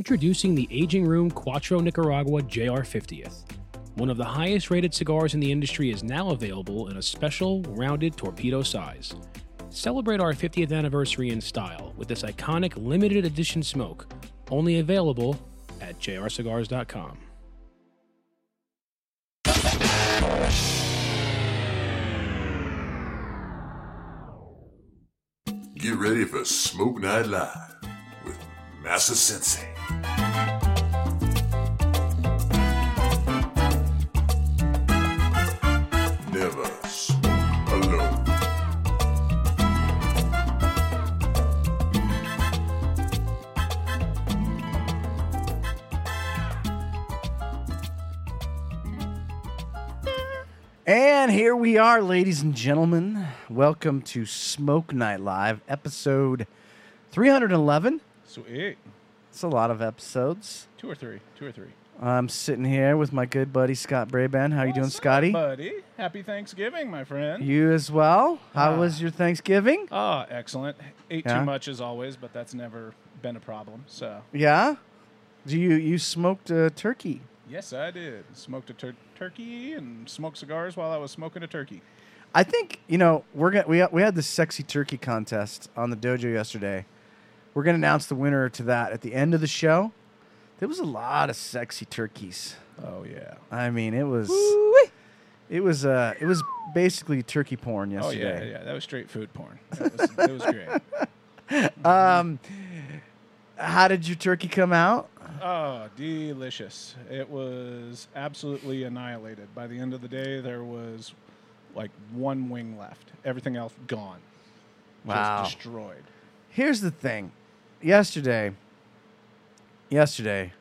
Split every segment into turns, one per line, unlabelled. Introducing the Aging Room Cuatro Nicaragua JR 50th. One of the highest rated cigars in the industry is now available in a special, rounded torpedo size. Celebrate our 50th anniversary in style with this iconic limited edition smoke, only available at jrcigars.com.
Get ready for Smoke Night Live with Massa Sensei. Never smoke alone.
And here we are, ladies and gentlemen. Welcome to Smoke Night Live, episode 311.
Sweet.
It's a lot of episodes.
Two or three. Two or three.
I'm sitting here with my good buddy Scott Braban. How you doing, Scotty?
Buddy, happy Thanksgiving, my friend.
You as well. How
Ah.
was your Thanksgiving?
Ah, excellent. Ate
Yeah.
too much as always, but that's never been a problem. So,
Yeah. Do you you smoked a turkey?
yes, I did. Smoked a tur- turkey and smoked cigars while I was smoking a turkey.
I think you know we're gonna we we had this sexy turkey contest on the dojo yesterday. We're gonna announce the winner to that at the end of the show. There was a lot of sexy turkeys.
Oh yeah.
I mean, it was it was uh it was basically turkey porn
Oh yeah,
yesterday.
yeah. That was straight food porn. That was, that was great.
Um, how did your turkey come out?
Oh, delicious. It was absolutely annihilated. By the end of the day, there was like one wing left. Everything else gone.
Wow.
Just destroyed.
Here's the thing. Yesterday, yesterday,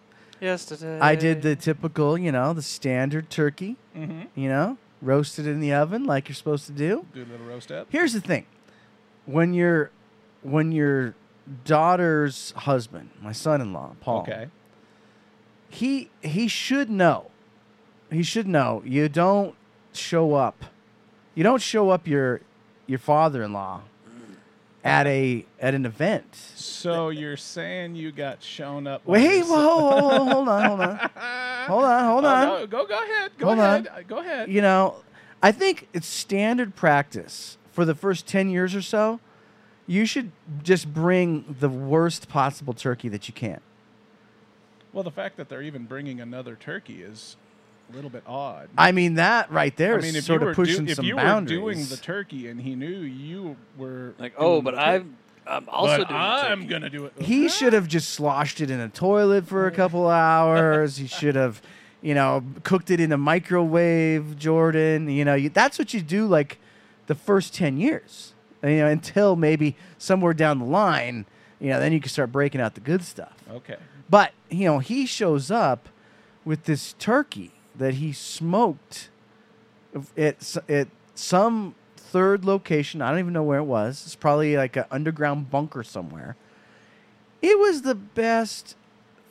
Yesterday.
I did the typical, you know, the standard turkey,
Mm-hmm.
you know, roasted in the oven like you're supposed to do.
Do a little roast up.
Here's the thing. When your when your daughter's husband, my son-in-law, Paul,
Okay.
he he should know. He should know. You don't show up. You don't show up your your father-in-law at a at an event.
So you're saying you got shown up? by
Wait,
your
whoa, whoa, whoa, whoa, hold on, hold on,
si- Ah.
hold on, hold
Oh,
on.
no, go, go ahead. Go
Hold
ahead.
on.
uh, Go ahead.
You know, I think it's standard practice for the first ten years or so. You should just bring the worst possible turkey that you can.
Well, the fact that they're even bringing another turkey is a little bit odd.
I mean, that right there
I
is
mean, if
sort
you
of
were,
pushing
do- if
some
you
boundaries.
were doing the turkey and he knew you were
Like, oh,
doing
but
the tur-
I'm, I'm also
but
doing
I'm
turkey.
gonna do it.
He should have just sloshed it in a toilet for a couple hours. He should have, you know, cooked it in a microwave, Jordan. You know, you, that's what you do like the first 10 years, you know, until maybe somewhere down the line, you know, then you can start breaking out the good stuff.
Okay.
But, you know, he shows up with this turkey that he smoked at, s- at some third location. I don't even know where it was. It's probably like an underground bunker somewhere. It was the best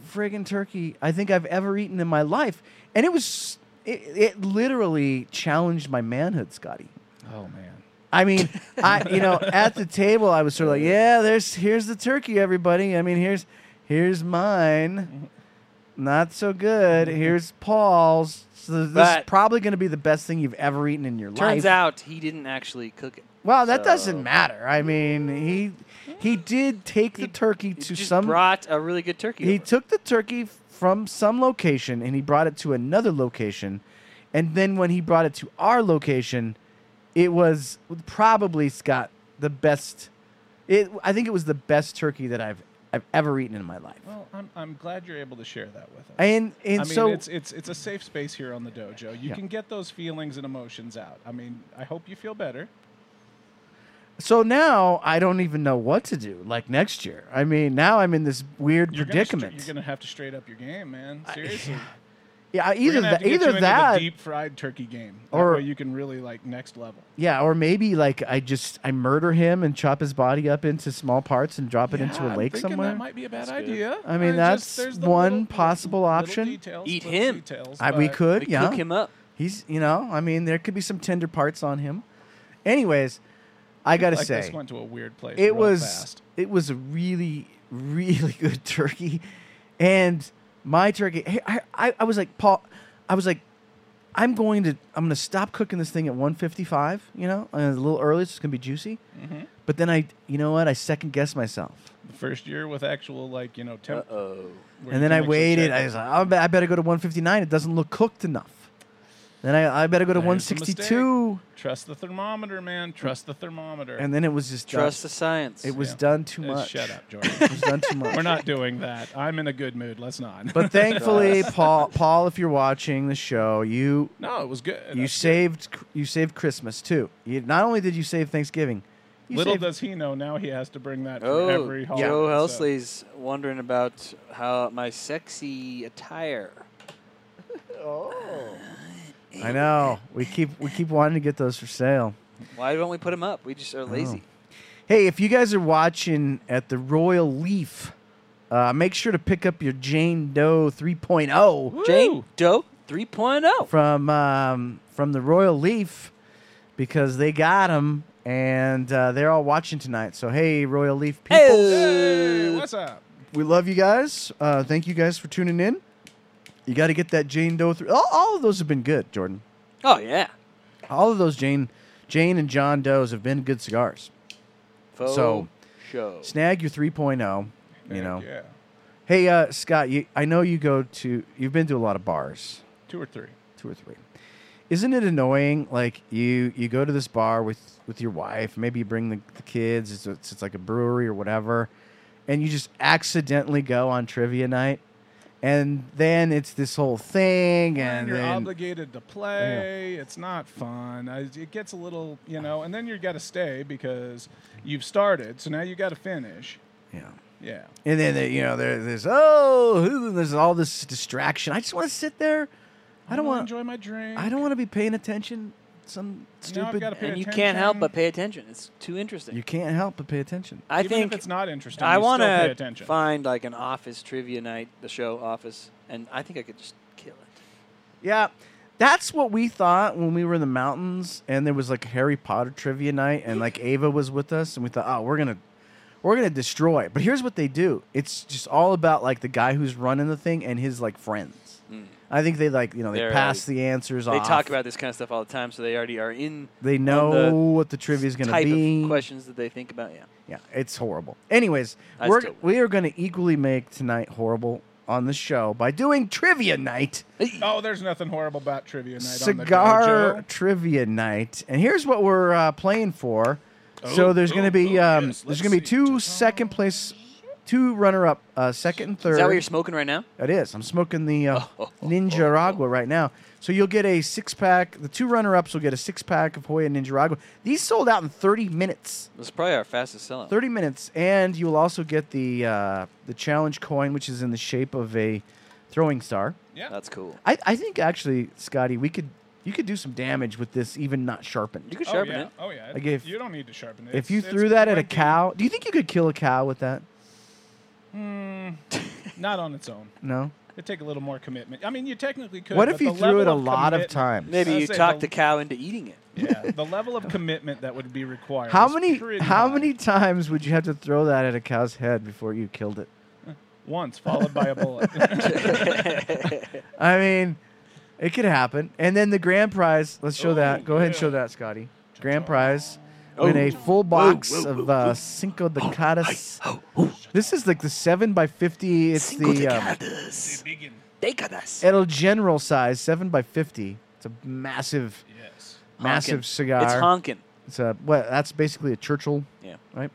friggin' turkey I think I've ever eaten in my life. And it was, it, it literally challenged my manhood, Scotty.
Oh man.
I mean, I you know, at the table I was sort of like, yeah, there's here's the turkey, everybody. I mean, here's here's mine. Not so good. Here's Paul's. So this is
But-
probably going to be the best thing you've ever eaten in your life.
Turns out he didn't actually cook it.
well, that
so-
doesn't matter. I mean, he he did take the turkey
He
to
just
some.
brought a really good turkey.
he
over.
took the turkey from some location and he brought it to another location, and then when he brought it to our location, it was probably Scott the best. It I think it was the best turkey that I've I've ever eaten in my life.
Well, I'm I'm glad you're able to share that with us.
And and
I mean,
so
it's it's it's a safe space here on the dojo. You
Yeah.
can get those feelings and emotions out. I mean, I hope you feel better.
so now I don't even know what to do. Like next year, I mean, now I'm in this weird
You're gonna str-
predicament.
you're gonna have to straight up your game, man. Seriously,
yeah,
We're
either
gonna have
that,
to get you
either
into
that,
the deep fried turkey game,
or-
or you can really like next level.
yeah, or maybe like I just I murder him and chop his body up into small parts and drop it into a
I'm
lake
thinking
somewhere.
That might be a bad idea.
I mean, that's one possible option.
details,
Eat
little
him.
details,
I, we
but-
could,
We
yeah.
cook him up.
He's, you know, I mean, there could be some tender parts on him. Anyways, I gotta
like,
say,
this went to a weird place.
it
real
was
fast.
it was a really really good turkey, and my turkey. Hey, I, I, I was like Paul. I was like, I'm going to I'm going to stop cooking this thing at 155. You know, and it's a little early, so it's gonna be juicy.
Mm-hmm.
But then I, you know what? I second guessed myself.
The first year with actual like you know temp.
Oh.
where you
And then
can
I
actually
waited.
check.
I was like, "I'll be- I better go to 159. It doesn't look cooked enough. Then I, I better go to
There's a
162.
trust the thermometer, man. Trust the thermometer.
And then it was just done.
Trust the science.
It was
Yeah.
done too
Uh,
much.
Shut up,
It
Jordan.
was done too much.
We're not doing that. I'm in a good mood. Let's not.
But thankfully, Paul, Paul, if you're watching the show, you
no, it was good. Uh,
you saved you saved Christmas too. You, not only did you save Thanksgiving, you
Little
saved,
does he know now he has to bring that for
Oh,
every holiday.
Joe
so-
Helsley's wondering about how my sexy attire.
I know we keep we keep wanting to get those for sale.
Why don't we put him up? We
Oh.
just are lazy.
Hey, if you guys are watching at the Royal Leaf, uh, make sure to pick up your Jane Doe oh. 3.0
Jane Doe oh. 3.0.
from um, from the Royal Leaf because they got them and uh, they're all watching tonight. So hey, Royal Leaf people.
Hey,
Hey,
what's up?
we love you guys. Uh, thank you guys for tuning in. You got to get that Jane Doe through. All, all of those have been good, Jordan.
oh yeah.
All of those Jane, Jane and John Does have been good cigars.
Faux
So-
show.
Snag your 3.0. You
Heck
know.
Yeah.
Hey, uh, Scott. You, I know you go to. You've been to a lot of bars,
Two or three.
two or three. Isn't it annoying? Like you, you go to this bar with with your wife. Maybe you bring the, the kids. It's, it's it's like a brewery or whatever, and you just accidentally go on trivia night, and then it's this whole thing, and
you're
then
obligated to play. It's not fun. I, it gets a little, you know, and then you got to stay because you've started, so now you got to finish.
yeah.
Yeah.
And then they, you know there, there's oh who- there's all this distraction. I just want to sit there. I don't
wanna
want.
enjoy my drink.
I don't want to be paying attention. Some stupid.
gotta pay
and you can't help
attention.
but pay attention. It's too interesting.
you can't help but pay attention.
I
Even
think
if it's not interesting,
I
want to
wanna
pay attention.
find like an office trivia night, the show Office, and I think I could just kill it.
Yeah, that's what we thought when we were in the mountains, and there was like Harry Potter trivia night, and like Ava was with us, and we thought, oh, we're gonna, we're gonna destroy. But here's what they do: it's just all about like the guy who's running the thing and his like friends. I think they like you know they
Hmm. They're,
pass the answers.
They
off.
talk about this kind of stuff all the time, so they already are in
They
on
know
the
what the trivia is going to
type
be.
of questions that they think about. Yeah.
Yeah, it's horrible. Anyways,
I
we're
still-
we are going to equally make tonight horrible on the show by doing trivia night,
Oh, there's nothing horrible about trivia night.
cigar
On the dojo.
trivia night, and here's what we're uh, playing for. so
Oh,
there's going
oh,
to be
oh,
um,
yes,
there's
let's
going to be
see.
two second place, two runner up, uh, second and third.
Is that what you're Oh. smoking right now?
It is. I'm smoking the uh, Ninja Ragua right now. So you'll get a six pack. The two runner ups will get a six pack of Hoya Ninja Ragua. These sold out in 30 minutes.
This is probably our fastest selling.
30 minutes, and you will also get the uh, the challenge coin, which is in the shape of a throwing star.
Yeah.
That's cool.
I, I think actually, Scotty, we could you could do some damage with this, even not sharpened.
You could
Oh
sharpen
yeah.
it.
oh yeah.
Like if-
you don't need to sharpen it.
if you
It's-
threw
it's
that at a
like the-
cow, do you think you could kill a cow with that?
not on its own.
No.
It'd take a little more commitment. I mean, you technically could.
what
but
if you
the
threw it
level
a lot of
commitment-
times?
Maybe
I
you
say
talk
the-
the cow into eating it.
Yeah, the level of commitment that would be required.
How
is
many
pretty
how
high.
many times would you have to throw that at a cow's head before you killed it?
Once followed by a bullet.
I mean, it could happen. And then the grand prize. Let's show
Ooh,
that. Go ahead and
Oh, yeah. Oh.
show that, Scotty. Grand prize. Win a full box of uh, Cinco de Caras.
oh,
This is like the seven by fifty. It's the um,
Decadas.
El General size, seven by fifty. It's a massive,
yes.
massive cigar.
It's honking.
It's a what? That's basically a Churchill,
Yeah.
right?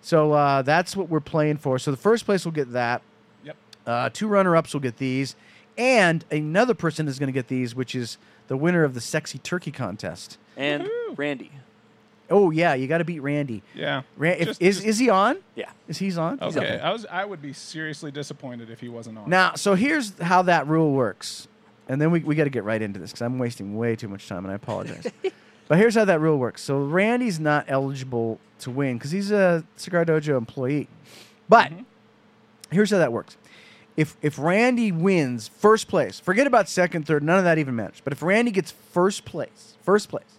So uh, that's what we're playing for. So the first place will get that.
Yep.
Uh, two runner-ups will get these, and another person is going to get these, which is the winner of the sexy turkey contest.
And
Woohoo.
Randy.
Oh yeah, you got to beat Randy.
Yeah.
Ran- if,
Just-
is
just-
is he on?
Yeah.
Is he's on? He's
Okay. I was. I would be seriously disappointed if he wasn't on.
Now, so here's how that rule works. And then we, we got to get right into this because I'm wasting way too much time and I apologize. but here's how that rule works. So Randy's not eligible to win because he's a Cigar Dojo employee. But here's how that works. If, if Randy wins first place, forget about second, third, none of that even matters. But if Randy gets first place, first place,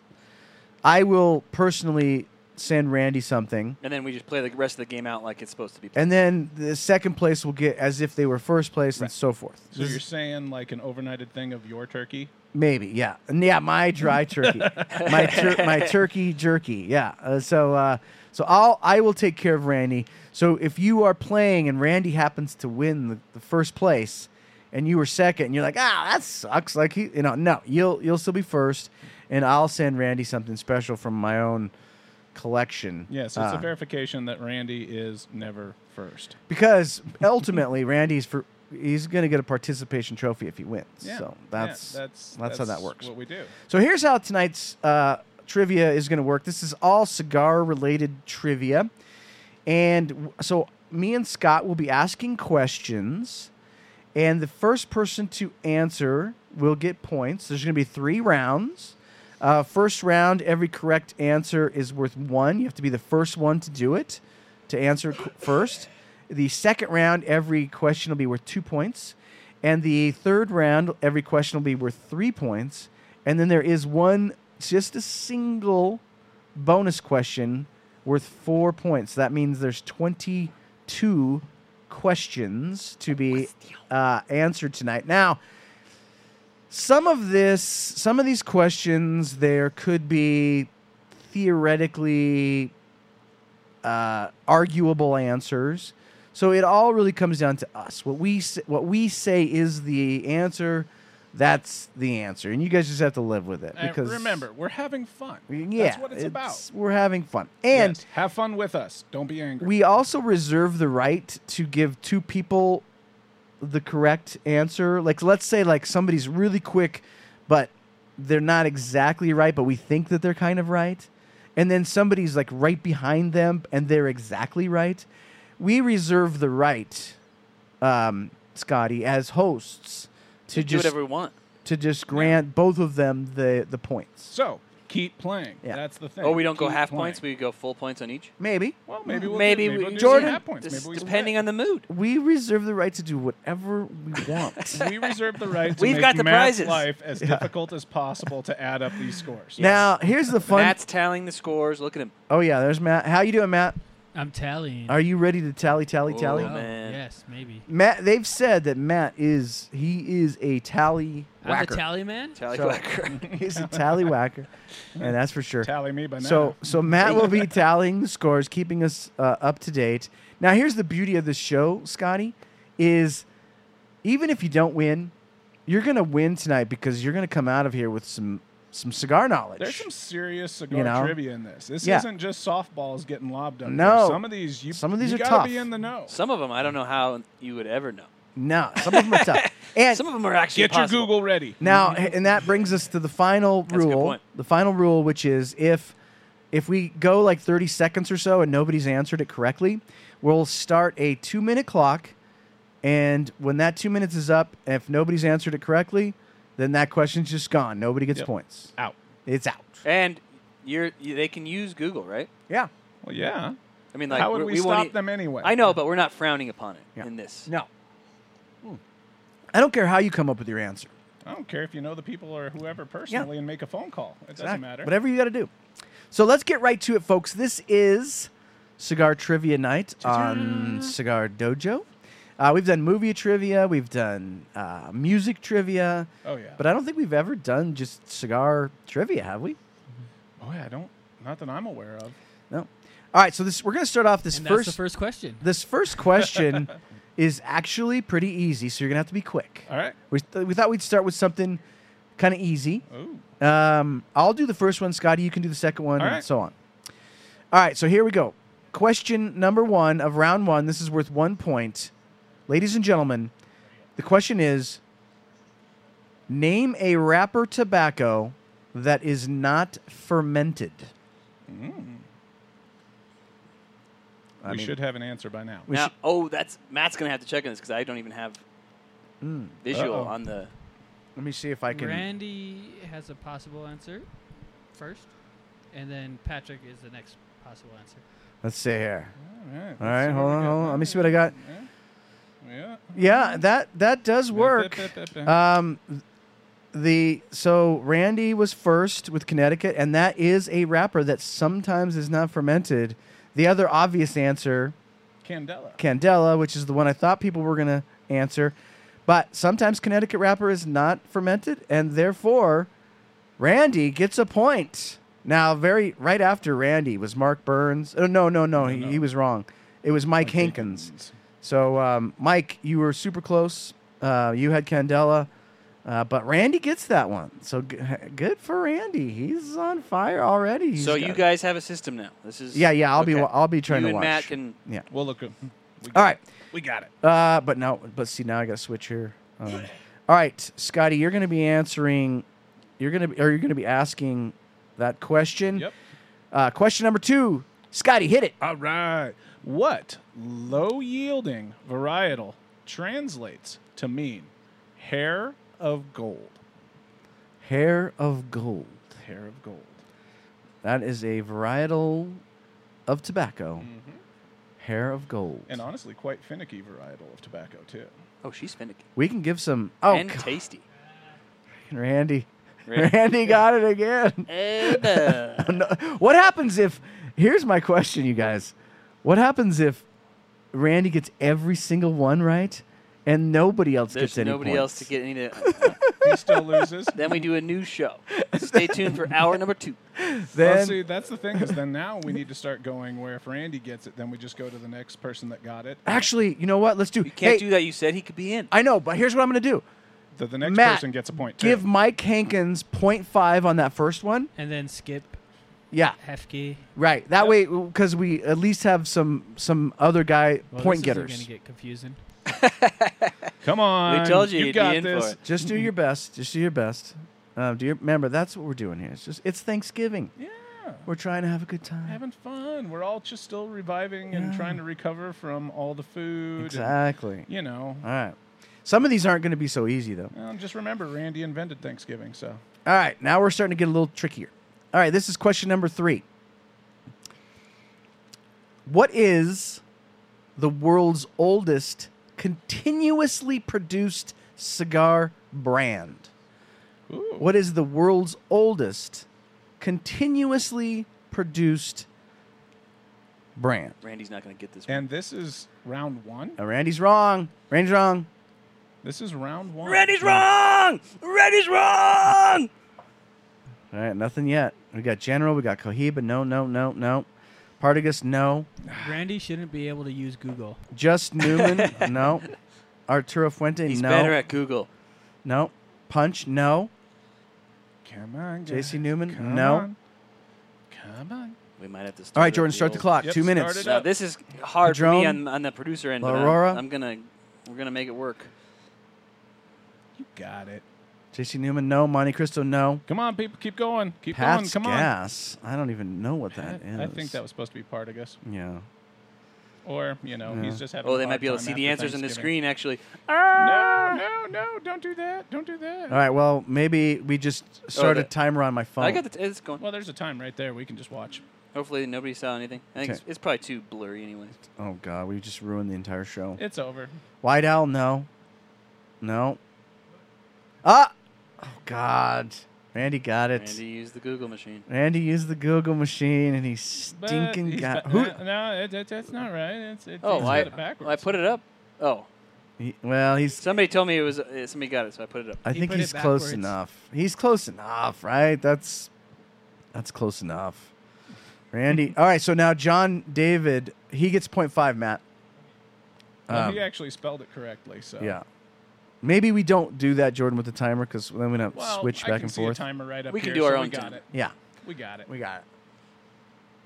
I will personally send Randy something.
And then we just play the rest of the game out like it's supposed to be. played.
And then the second place will get as if they were first place and so forth.
So you're saying like an overnighted thing of your turkey?
Maybe, yeah, and yeah. My dry turkey, my tur- my turkey jerky, yeah. Uh, so, uh, so I'll I will take care of Randy. So if you are playing and Randy happens to win the, the first place, and you were second, and you're like, ah, that sucks. Like he, you know, no, you'll you'll still be first, and I'll send Randy something special from my own collection.
Yeah, so it's
Uh,
a verification that Randy is never first.
because ultimately Randy's for he's going to get a participation trophy if he wins. so that's, that's how that works.
What we do.
So here's how tonight's uh, trivia is going to work. This is all cigar related trivia. And w- so me and Scott will be asking questions, and the first person to answer will get points. There's going to be three rounds. Uh, first round, every correct answer is worth one. You have to be the first one to do it, to answer qu- first. The second round, every question will be worth two points. And the third round, every question will be worth three points. And then there is one, just a single bonus question worth four points. That means there's 22 questions to be uh, answered tonight. Now, some of this, some of these questions, there could be theoretically uh, arguable answers. So it all really comes down to us. What we s- what we say is the answer. That's the answer, and you guys just have to live with it
And
because
remember, we're having fun.
yeah,
that's what it's, about.
We're having fun, and
Yes, have fun with us. Don't be angry.
we also reserve the right to give two people the correct answer. Like, let's say like somebody's really quick, but they're not exactly right, but we think that they're kind of right, and then somebody's like right behind them and they're exactly right. We reserve the right, um, Scotty, as hosts, to
We do
just
whatever we want.
to just grant both of them the the points.
so keep playing.
Yeah.
That's the thing.
Oh, we don't go
Keep
half
playing.
points. We go full points on each.
Maybe
well, maybe we'll
maybe
do,
we-
we'll do some
Jordan,
half points.
This-
Maybe we
depending on the mood.
we reserve the right to do whatever we want.
We reserve the right to
We've
make
got the
Matt's
prizes.
life as difficult as possible to add up these scores.
Now here's the fun.
Matt's tallying the scores. Look at him.
oh yeah, there's Matt. How you doing, Matt?
I'm tallying.
Are you ready to tally, tally,
Oh,
tally?
Oh,
man.
Yes, maybe.
Matt, they've said that Matt is he is a tally
I'm the
whacker.
tally man.
Tally
So-
whacker.
He's a tally whacker, and that's for sure.
Tally me by now.
So, so Matt will be tallying the scores, keeping us uh, up to date. Now, here's the beauty of this show, Scotty, is even if you don't win, you're gonna win tonight because you're gonna come out of here with some some cigar knowledge.
There's some serious cigar
You know?
trivia in this. This
Yeah.
isn't just softballs getting lobbed up. there.
No.
some of these you
Some of these
you
are
gotta
tough.
be in the know.
Some of them I don't know how you would ever know.
no, some of them are tough. And
Some of them are actually
Get your
impossible.
Google ready.
Now, h- and that brings us to the final
a good
rule.
point.
The final rule, which is if if we go like 30 seconds or so and nobody's answered it correctly, we'll start a two minute clock. And when that two minutes is up, if nobody's answered it correctly, then that question's just gone. Nobody gets
Yep.
points.
Out.
It's out.
And you're you, they can use Google, right?
Yeah.
Well, yeah.
I mean, like
How would
we're-
we,
we won't
stop
e-
them anyway?
I know, but we're not frowning upon it
Yeah.
in this.
No. Hmm. I don't care how you come up with your answer.
I don't care if you know the people or whoever personally and make a phone call. It doesn't
Exactly.
matter.
Whatever you got to do. So let's get right to it, folks. This is Cigar Trivia Night on Cigar Dojo. Uh, we've done movie trivia, we've done uh, music trivia,
Oh yeah.
but I don't think we've ever done just cigar trivia, have we?
Boy, Oh, I don't. Not that I'm aware of.
No. All right, so this we're going to start off this
And that's
first,
the first question.
This first question is actually pretty easy, so you're going to have to be quick.
All right.
We, th- we thought we'd start with something kind of easy.
Ooh.
Um, I'll do the first one, Scotty. You can do the second one,
All
and
right.
so on. All right, so here we go. Question number one of round one. This is worth one point. Ladies and gentlemen, the question is Name a wrapper tobacco that is not fermented. I
Mm. we
mean-
should have an answer by now.
We
now,
should-
oh, that's Matt's gonna have to check on this because I don't even have
Mm.
visual
Uh-oh.
on the.
Let me see if I can.
Randy has a possible answer first, and then Patrick is the next possible answer.
Let's see here.
All right.
All right, hold on, hold on. Let me see what I got.
Yeah.
Uh, Yeah, that that does work. Um, the so Randy was first with Connecticut, and that is a wrapper that sometimes is not fermented. The other obvious answer,
Candela.
Candela, which is the one I thought people were gonna answer, but sometimes Connecticut wrapper is not fermented, and therefore Randy gets a point. Now, very right after Randy was Mark Burns. Oh, no, no, no, he,
no.
he was wrong. It was Mike, Hankins. So, um, Mike, you were super close. Uh, you had Candela, uh, but Randy gets that one. So g- good for Randy. He's on fire already. He's
so you
got-
guys have a system now. This is
Yeah, yeah. I'll be.
okay.
wa- I'll be trying
you
to
and
watch.
Matt can.
We'll look. at- We,
All right.
We got it.
Uh, but now, but see, now I got to switch here. Um, all right, Scotty, you're going to be answering. You're going to be, or you're going to be asking that question.
Yep.
Uh, question number two, Scotty, hit it.
All right. What low yielding varietal translates to mean hair of gold?
Hair of gold.
Hair of gold.
That is a varietal of tobacco. Hair of gold.
And honestly, quite finicky varietal of tobacco, too.
Oh, she's finicky
we can give some. Oh,
and
God,
tasty.
Randy.
Randy.
Randy got it again.
And, uh,
No, what happens if? Here's my question, you guys. What happens if Randy gets every single one right, and nobody else
there's
gets any
nobody
points?
else to get any. To,
He still loses.
then we do a new show. Stay tuned for hour number two.
Then
well, see, that's the thing is then now we need to start going where if Randy gets it, then we just go to the next person that got it.
actually, you know what? Let's do.
You can't
hey,
do that. You said he could be in.
I know, but here's what I'm going to do.
The, the next
Matt,
person gets a point, too.
Give Mike Hankins 0.5 on that first one.
And then skip
Yeah,
Hefke.
right. That way, because we at least have some some other guy
Well,
point
this
getters.
Is gonna get confusing.
Come on.
told you
You
you'd
got
be in for
this.
it.
Just do your best. Just do your best. Uh, do your, remember that's what we're doing here. It's just it's Thanksgiving.
Yeah.
We're trying to have a good time.
Having fun. We're all just still reviving and
Yeah.
trying to recover from all the food. and,
Exactly.
you know,
All right. Some of these aren't going to be so easy, though.
Well, just remember, Randy invented Thanksgiving, so
All right. Now we're starting to get a little trickier. All right. This is question number three. What is the world's oldest continuously produced cigar brand?
Ooh.
What is the world's oldest continuously produced brand?
Randy's not going to get this. one.
And this is round one.
Now, Randy's wrong. Randy's wrong.
This is round one.
Randy's wrong. Randy's wrong.
All right. Nothing yet. We got General. We got Cohiba. No, no, no, no. Partagas. No.
Randy shouldn't be able to use Google.
Just Newman, no. Arturo Fuente,
He's
no.
better at Google.
no. Punch, no.
Come on, guys.
J.C. Newman?
Come
No.
on. Come on.
We might have to. Start
All right,
up
Jordan, start the
old-
clock.
Yep,
Two minutes.
start it
Now this is hard for me
Padron,
on, on the producer end. but I'm-
Aurora.
I'm, gonna we're gonna make it work.
You got it.
J.C. Newman, no. Monte Cristo, no.
Come on, people. Keep going. Keep
Pat's
going. Come
gas. I don't even know what
on.
that is.
I think that was supposed to be Partagas.
Yeah.
Or, you know,
Yeah.
he's just having
Oh,
a
they
hard
might be able to
time
see the
after
answers on the
Thanksgiving.
screen. Actually,
No, no, no. Don't do that. Don't do that.
All right. Well, maybe we just start a
that-
timer on my phone.
I got the t- it's going.
Well, there's a time right there. We can just watch.
Hopefully nobody saw anything. I think
Okay.
it's, it's probably too blurry, anyways.
oh God, we just ruined the entire show.
It's over.
White Owl, no. No. Ah. Oh God. Randy got it.
Randy used the Google machine.
Randy used the Google machine, and he
But
stinking
he's
got
ba-
who?
No, it, it, that's not right. It's, it,
Oh,
he's
I,
got it backwards.
I put it up. Oh,
he- well, he's
somebody told me it was uh, somebody got it, so I put it up.
I
He
think
put it
he's close
backwards.
enough. He's close enough, right? That's that's close enough. Randy. All right, so now John David, he gets 0.5, Matt.
Well,
Um,
he actually spelled it correctly. So
yeah. Maybe we don't do that, Jordan, with the timer because then we don't
Well,
switch
I
back
can
and
see
forth.
A timer right up
We can
here,
do our
so we
own
got
timer.
it.
Yeah,
We got it.
we got it.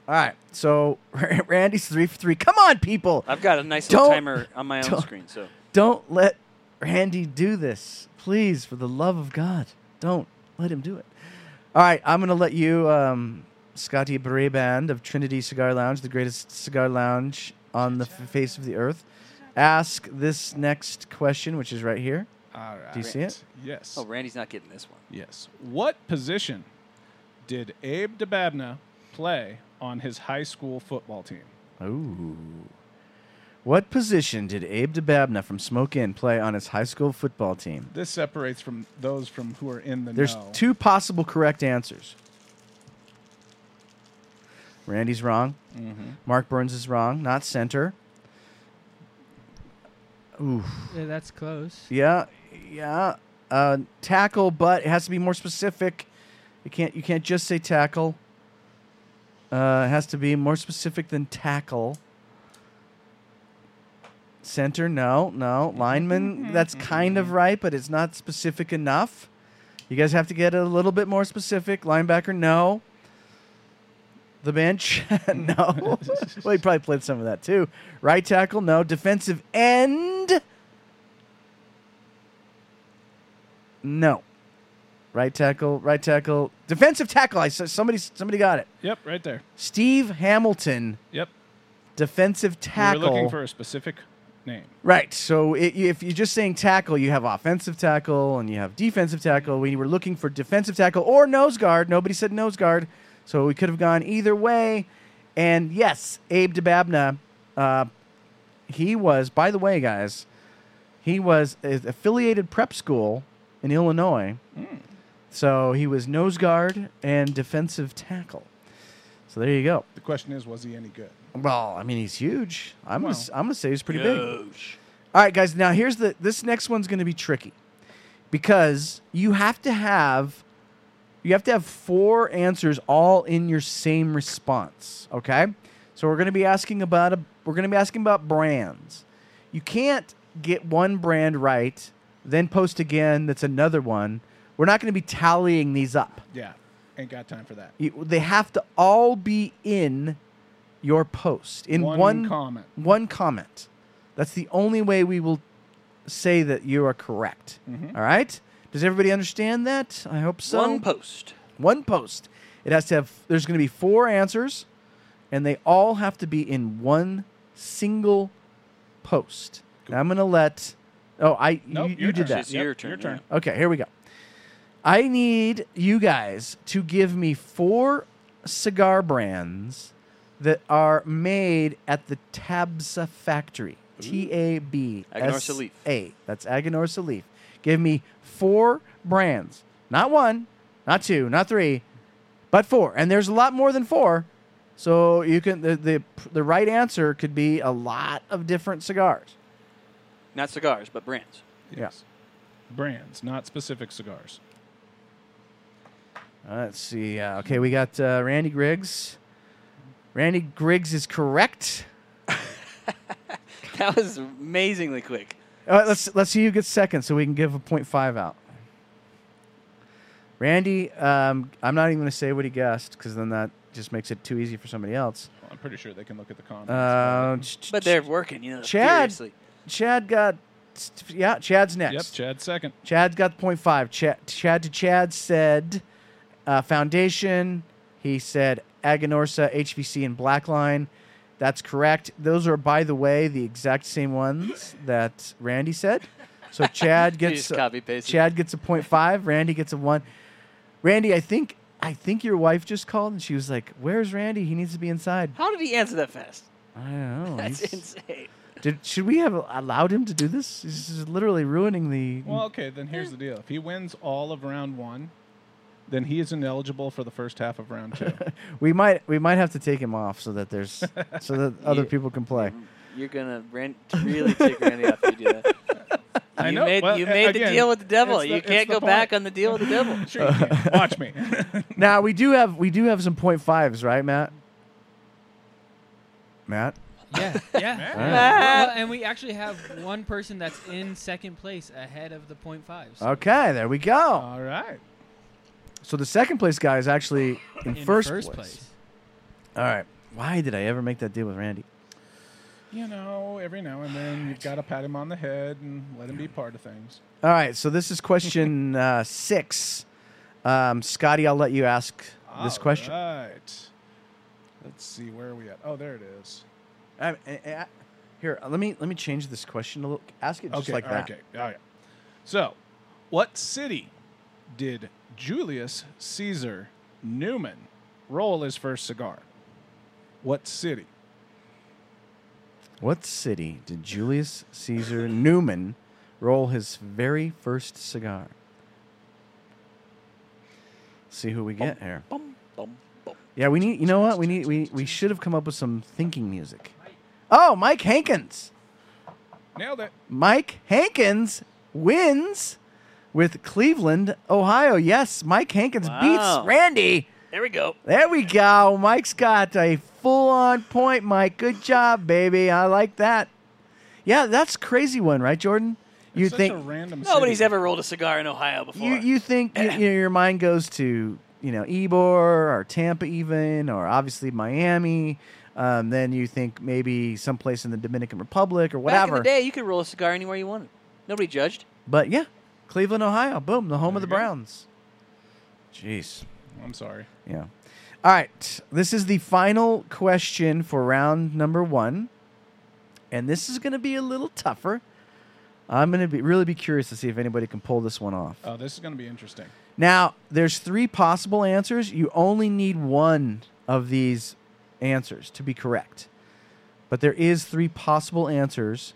All right, so Randy's three for three. Come on, people.
I've got a nice little
Don't-
timer on my own
don't-
screen. So
Don't let Randy do this. Please, for the love of God, don't let him do it. All right, I'm going to let you, um, Scotty Braband of Trinity Cigar Lounge, the greatest cigar lounge on the f- face of the earth, ask this next question, which is right here.
All right.
Do you see it?
Yes.
oh, Randy's not getting this one.
Yes. What position did Abe DeBabna play on his high school football team?
Ooh. What position did Abe DeBabna from Smoke Inn play on his high school football team?
This separates from those from who are in the
There's
know.
two possible correct answers. Randy's wrong. Mark Burns is wrong. Not center.
Yeah, that's close.
Yeah, yeah. Uh, tackle, but it has to be more specific. You can't you can't just say tackle. Uh, it has to be more specific than tackle. Center, no, no. Lineman, that's kind of right, but it's not specific enough. You guys have to get a little bit more specific. Linebacker, no. The bench, no. well, he probably played some of that too. Right tackle, no. Defensive end, no. Right tackle, right tackle, defensive tackle. I saw somebody, somebody got it.
Yep, right there.
Steve Hamilton,
Yep.
defensive tackle.
We were looking for a specific name.
Right. So i if you're just saying tackle, you have offensive tackle and you have defensive tackle. We were looking for defensive tackle or nose guard. Nobody said nose guard, so we could have gone either way. And yes, Abe DeBabna, uh, he was. By the way, guys, he was a affiliated prep school in Illinois. So he was nose guard and defensive tackle. So there you go.
The question is, was he any good?
Well, I mean, he's huge. I'm gonna,
Well.
s- I'm gonna say he's pretty big. All right, guys. Now here's the this next one's gonna be tricky because you have to have you have to have four answers all in your same response. Okay, so we're gonna be asking about a we're gonna be asking about brands. You can't get one brand right, then post again that's another one. We're not gonna be tallying these up.
Yeah. Ain't got time for that.
You, they have to all be in your post in one,
One comment.
One comment. That's the only way we will say that you are correct.
Mm-hmm.
All right. Does everybody understand that? I hope so.
One post.
One post. It has to have. There's going to be four answers, and they all have to be in one single post. Now I'm going to let. Oh, I
Nope,
you,
your
you did
turn.
that.
It's your
Yep,
turn.
your turn.
Okay, here we go. I need you guys to give me four cigar brands that are made at the Tabsa factory. T A B
Aginor
S
Salif.
A. That's Aganor Salif. Give me four brands. Not one, not two, not three, but four. And there's a lot more than four. So you can the the, the right answer could be a lot of different cigars.
Not cigars, but brands.
Yeah.
Brands, not specific cigars.
Uh, Let's see. Uh, okay, we got uh, Randy Griggs. Randy Griggs is correct.
That was amazingly quick.
All right, Uh, let's let's see who gets second, so we can give a point five out. Randy, um, I'm not even going to say what he guessed because then that just makes it too easy for somebody else.
Well, I'm pretty sure they can look at the comments.
Uh, ch- ch-
But they're working, you know,
Chad.
furiously.
Chad got yeah. Chad's next.
yep, Chad second.
Chad's got the point five. Chad, Chad to Chad said uh, foundation. He said Aganorsa, HVC, and Blackline. That's correct. Those are, by the way, the exact same ones that Randy said. So Chad
You
gets
just copy pasted.
Chad gets a point five. Randy gets a one. Randy, I think I think your wife just called and she was like, "Where's Randy? He needs to be inside."
How did he answer that fast?
I don't know.
That's
He's-
insane.
Did, should we have allowed him to do this? This is literally ruining the.
Well, okay, then here's the deal. If he wins all of round one, then he is ineligible for the first half of round two.
We might we might have to take him off so that there's so that other
Yeah.
people can play.
You're gonna rent, really take Randy off if you do that.
I
you
know.
made,
Well,
you
a-
made the
again,
deal with the devil.
it's the-
you
it's
can't
the
go back
point.
on the deal with the devil.
Sure you can. Watch me.
Now we do have we do have some point fives, right, Matt? Matt,
Yeah, yeah. Well, and we actually have one person that's in second place ahead of the point fives.
okay, there we go.
all right.
So the second place guy is actually in,
in
first, place. All right. Why did I ever make that deal with Randy?
You know, every now and then you've got to pat him on the head and let him be part of things.
All right. So this is question uh, six. Um, Scotty, I'll let you ask this
All
question.
right. Let's see where are we at. Oh, there it is.
Um, eh, eh, here, let me let me change this question a little. Ask it just
okay,
like
all
that.
right, Okay. All right. So, what city did Julius Caesar Newman roll his first cigar? What city?
What city did Julius Caesar Newman roll his very first cigar? See who we get here.
Bum, bum, bum.
Yeah, we need. You know what? We need. We we should have come up with some thinking music. Oh, Mike Hankins.
Nailed it.
Mike Hankins wins with Cleveland, Ohio. Yes, Mike Hankins
Wow.
beats Randy.
There we go.
There we go. Mike's got a full on point, Mike. Good job, baby. I like that. Yeah, that's a crazy one, right, Jordan? You
It's such a
think
random
Nobody's
city.
ever rolled a cigar in Ohio before.
you, you think you, you know, your mind goes to you know Ebor or Tampa even or obviously Miami. Um, then you think maybe someplace in the Dominican Republic or
Back in
whatever.
the day, you could roll a cigar anywhere you wanted. Nobody judged.
But yeah, Cleveland, Ohio. Boom, the home of the
There you go.
Browns. Jeez.
I'm sorry.
Yeah. All right. This is the final question for round number one. And this is going to be a little tougher. I'm going to be really be curious to see if anybody can pull this one off.
Oh, this is going to be interesting.
Now, there's three possible answers. You only need one of these answers to be correct. But there is three possible answers.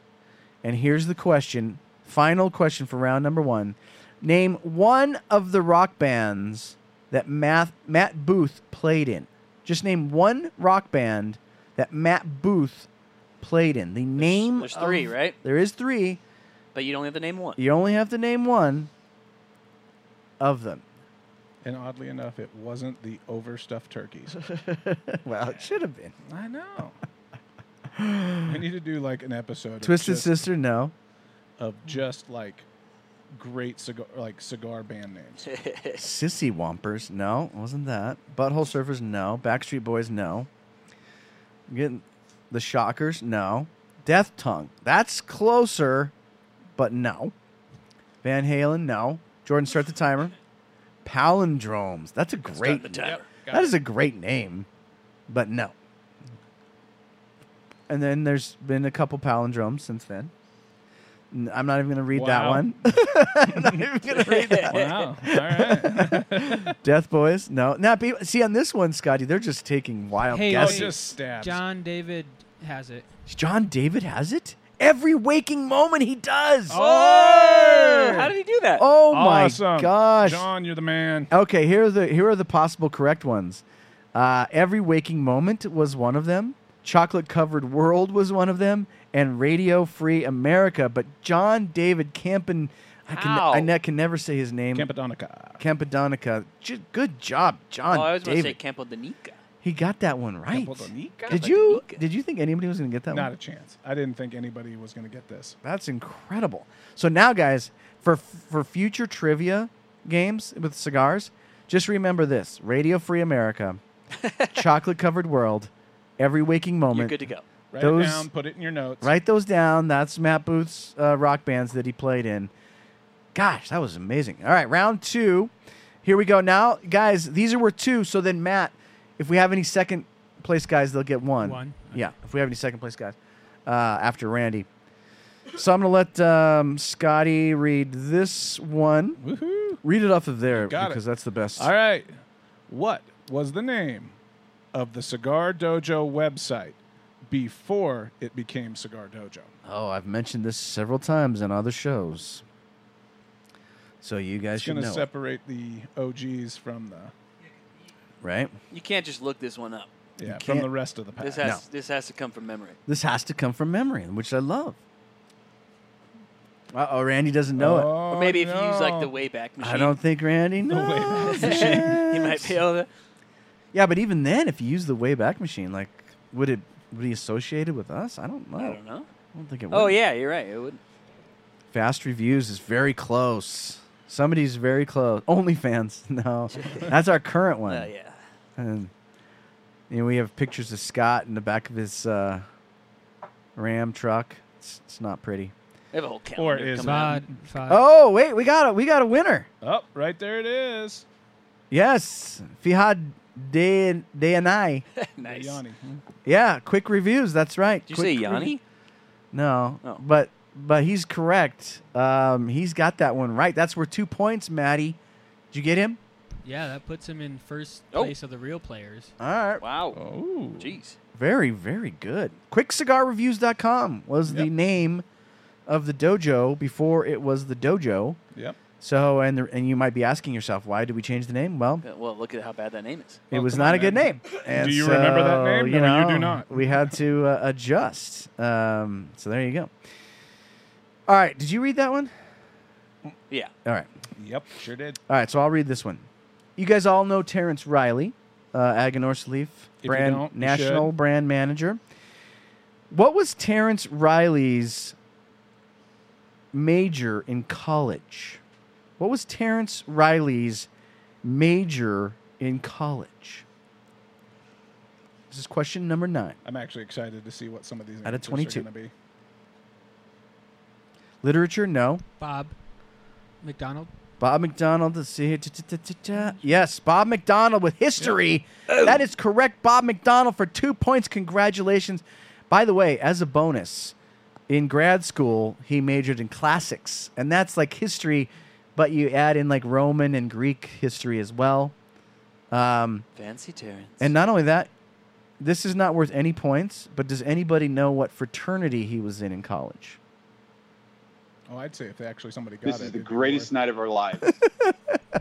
And here's the question, final question for round number 1. Name one of the rock bands that Matt, Matt Booth played in. Just name one rock band that Matt Booth played in. The name
there's three,
of-
right?
There is 3.
But you don't have the name one.
You only have to name one of them.
And oddly enough, it wasn't the overstuffed turkeys.
well, it should have been.
I know. we need to do like an episode of
Twisted
just-
Sister, no.
of just like great cigar like cigar band names.
Sissy Wompers, no. Wasn't that. Butthole Surfers, no. Backstreet Boys, no. I'm getting the Shockers, no. Death Tongue, that's closer, but no. Van Halen, no. Jordan, start the timer. Palindromes, that's a great.
the timer.
Got
that
it.
is a great name, but no. And then there's been a couple palindromes since then. N- I'm not even going to read that
Wow.
one. I'm not even going to read that.
Wow. Oh, All right.
Death Boys? No. Now, be- see on this one, Scotty, they're just taking wild
Hey,
Oh,
guesses.
just stabs.
John David has it.
John David has it. Every waking moment he does. Oh,
Oh, how did he do that?
my
awesome.
gosh.
John, you're the man.
Okay, here are the here are the possible correct ones. Uh, Every waking moment was one of them. Chocolate covered world was one of them, and Radio Free America. But John David Campen, I can
How?
I ne- can never say his name.
Campadonica.
Campadonica. J- good job, John
oh, I always want to say
David.
Campo de Nica.
he got that one right.
Campadonica?
Did you
Campadonica.
did you think anybody was going to get that
Not
one?
a chance. I didn't think anybody was going to get this.
That's incredible. So now, guys, for for future trivia games with cigars, just remember this: Radio Free America, Chocolate Covered World, Every Waking
You're
Moment.
good to go.
Write
Those-
it down, put it in your notes.
Write those down. That's Matt Booth's uh, rock bands that he played in. Gosh, that was amazing. All right, round two. Here we go. Now, guys, these are worth two. So then, Matt, if we have any second place guys, they'll get one.
One.
Yeah, if we have any second place guys uh, after Randy. So I'm going to let um, Scotty read this one.
Woohoo.
Read it off of there
Got it.
because that's the best.
All right. What was the name of the Cigar Dojo website before it became Cigar Dojo?
Oh, I've mentioned this several times on other shows. So you guys
It's
should
going to
know, it,
separate the OGs from the
right?
You can't just look this one up.
yeah, from
can't-
the rest of the pack.
This has this has to come from memory.
This has to come from memory, which I love. Uh oh, Randy doesn't know it.
Oh,
or maybe if you use like the
no.
Wayback Machine,
I don't think Randy
The
knows.
Wayback
it.
you might be able to.
Yeah, but even then, if you use the Wayback Machine, like, would it would be associated with us? I don't know.
I don't know.
I don't think it would.
Oh yeah, you're right. It would.
Fast Reviews is very close. Somebody's very close. OnlyFans. No. That's our current one.
Uh, yeah.
And you know, we have pictures of Scott in the back of his uh, Ram truck. It's, it's not pretty.
They have a whole calendar.
Or is
coming out.
Fod,
Uh,
Um,
Fod.
Oh, wait, we got it. We got a winner.
Oh, right there it is.
Yes, Fihad De Deanai.
nice?
Yanni.
Yeah, quick reviews. That's right.
Did you
Quick
say
rev-
Yanni?
No,
Oh.
but but he's correct. Um, he's got that one right. That's worth two points, Maddie. Did you get him?
Yeah, that puts him in first
Oh.
place of the real players.
All right.
Wow.
Oh.
Jeez.
Very, very good. QuickCigarReviews.com was the
Yep.
name of the dojo before it was the dojo.
Yep.
So, and the, and you might be asking yourself, why did we change the name? Well,
Yeah, Uh, Well, look at how bad that name is.
it
Well,
was
come
not
on
a good
then.
name. And
Do you remember that
so,
name?
You,
No,
know,
you do not.
We had to uh, adjust. Um, so there you go. All right. Did you read that one?
Yeah.
All right.
Yep. Sure did.
All right, so I'll read this one. You guys all know Terrence Riley, uh, Aganor Sleeve
you
brand
don't, you
national
should.
brand manager. What was Terrence Riley's major in college? What was Terrence Riley's major in college? This is question number nine.
I'm actually excited to see what some of these
Out of
answers are
22.
gonna be.
Literature, no.
Bob McDonald.
Bob McDonald. Let's see here. Ta- ta- ta- ta- ta. Yes, Bob McDonald with history. That is correct. Bob McDonald for two points. Congratulations. By the way, as a bonus, in grad school, he majored in classics, and that's like history, but you add in like Roman and Greek history as well. Um,
Fancy Terrence.
and not only that, this is not worth any points, but does anybody know what fraternity he was in in college?
Oh, I'd say if actually somebody got it.
This is the
it'd be
greatest
worth-
night of our lives.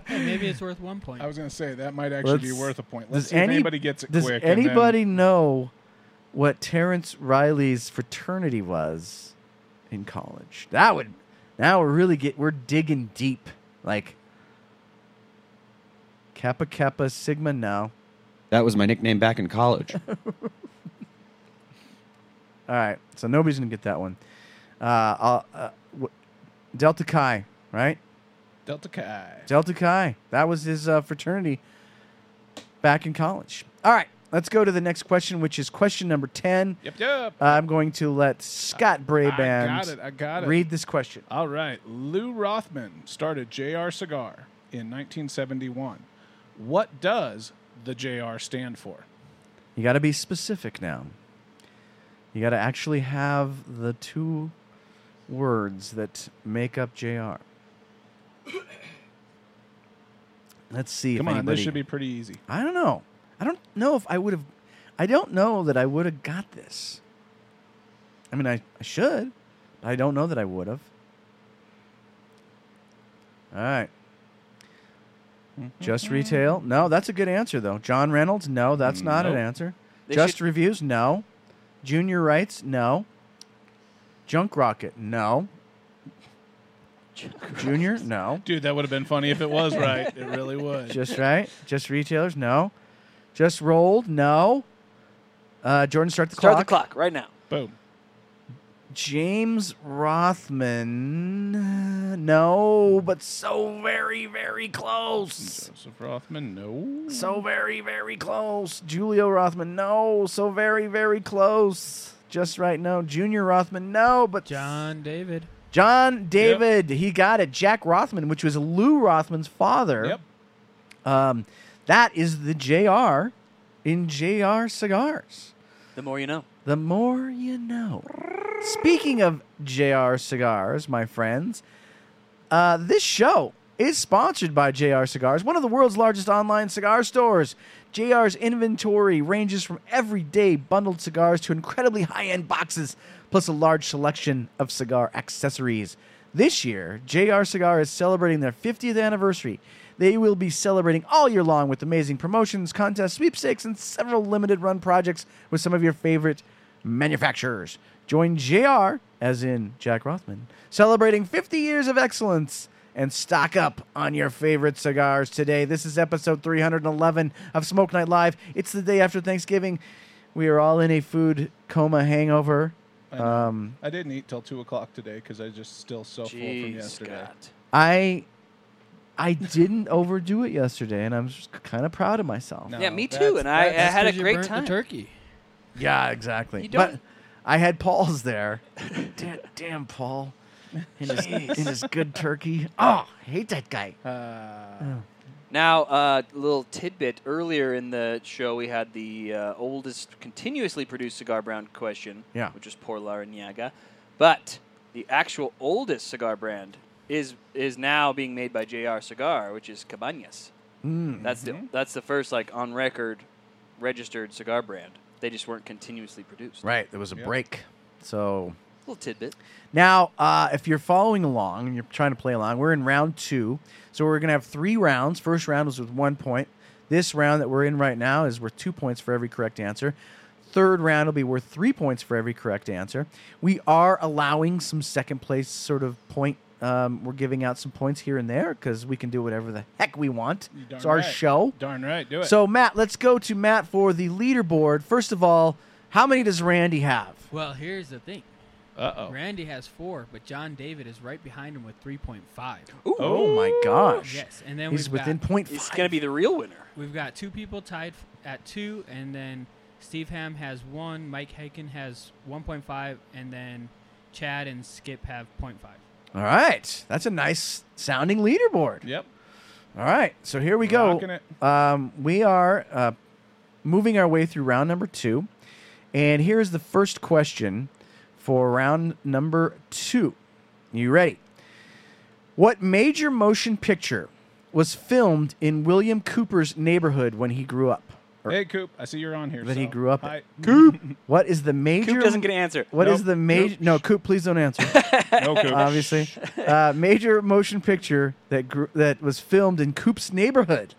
Hey, maybe it's worth one point.
I was gonna say that might actually be
Let's-
worth a point.
does
Let's see
any-
if anybody gets it
Does
quick. and then-
anybody know what Terrence Riley's fraternity was in college? That would now we're really get we're digging deep. Like Kappa Kappa Sigma no.
That was my nickname back in college.
All right, so nobody's gonna get that one. Uh, I'll, uh, w- Delta Chi, right?
Delta Chi.
Delta Chi. That was his uh, fraternity back in college. All right, let's go to the next question, which is question number ten.
Yep, yep.
I'm going to let Scott Braband
I got it. I got it.
read this question.
All right. Lou Rothman started JR Cigar in 1971. What does the JR stand for?
You got to be specific now. You got to actually have the two words that make up JR. Let's see.
Come
if
on,
anybody...
this should be pretty easy.
I don't know. I don't know if I would have. I don't know that I would have got this. I mean, I, I should, but I don't know that I would have. All right.
Mm-hmm.
Just retail? No, that's a good answer though. John Reynolds? No, that's not an
Nope.
answer.
They
Just
should-
reviews? No. Junior rights? No. Junk rocket? No. Junior? No.
Dude, that would have been funny if it was right. It really would.
Just right. Just retailers. No. Just rolled. No. Uh, Jordan, start the
Start
clock.
the clock right now.
Boom.
James Rothman. uh, No, but so very, very close.
Joseph Rothman, no.
So very, very close. Julio Rothman. No, so very, very close. Just right. No. Junior Rothman. No, but
John David.
John David. He got it. Jack Rothman, which was Lou Rothman's father.
Yep.
Um, that is the JR in JR Cigars.
The more you know.
The more you know. Speaking of JR Cigars, my friends, uh, this show is sponsored by JR Cigars, one of the world's largest online cigar stores. JR's inventory ranges from everyday bundled cigars to incredibly high end boxes, plus a large selection of cigar accessories. This year, JR Cigar is celebrating their 50th anniversary. They will be celebrating all year long with amazing promotions, contests, sweepstakes, and several limited run projects with some of your favorite manufacturers. Join JR, as in Jack Rothman, celebrating 50 years of excellence and stock up on your favorite cigars today. This is episode 311 of Smoke Night Live. It's the day after Thanksgiving. We are all in a food coma hangover.
I know.
Um,
I didn't eat till 2 o'clock today because I just still so full from
Jeez,
yesterday.
Scott.
I I didn't overdo it yesterday, and I'm kind of proud of myself.
No,
yeah, me too.
that's-
And I, I
That's
had a
'cause you
great
burnt the
time.
turkey.
Yeah, exactly.
You
But
don't-
I had Paul's there. damn, damn Paul. In his, in his good turkey. Oh, I hate that guy.
Uh,
Now, uh, little tidbit. Earlier in the show, we had the uh, oldest continuously produced cigar brand question,
Yeah.
which was Por Laranaga. But the actual oldest cigar brand is is now being made by JR Cigar, which is Cabañas. That's the that's the first like on record registered cigar brand. They just weren't continuously produced.
Right. There was a
Yeah.
break. So
Little tidbit.
Now, uh, if you're following along and you're trying to play along, we're in round two. So we're going to have three rounds. First round was with one point. This round that we're in right now is worth two points for every correct answer. Third round will be worth three points for every correct answer. We are allowing some second place sort of point. Um, we're giving out some points here and there because we can do whatever the heck we want.
You darn
It's our
right.
show.
Darn right. Do it.
So, Matt, let's go to Matt for the leaderboard. First of all, how many does Randy have?
Well, here's the thing.
uh oh.
Randy has four, but John David is right behind him with 3.5.
Oh my gosh.
Yes, and then
He's
we've
within
got,
point
It's
five.
going to be the real winner.
we've got two people tied f- at two, and then Steve Ham has one, Mike Haken has 1.5, and then Chad and Skip have 0.5.
All right, that's a nice sounding leaderboard.
Yep.
All right, so here we go.
Rocking it.
Um, we are uh, moving our way through round number two, and here is the first question for round number two. You ready? What major motion picture was filmed in William Cooper's neighborhood when he grew up? Or
Hey Coop, I see you're on here.
That
so.
he grew up in.
Hi.
What is the major?
Coop doesn't get an answer.
What is
Nope.
the major?
Nope.
No, Coop, please don't answer.
No Coop.
obviously. Uh, major motion picture that grew, that was filmed in Coop's neighborhood.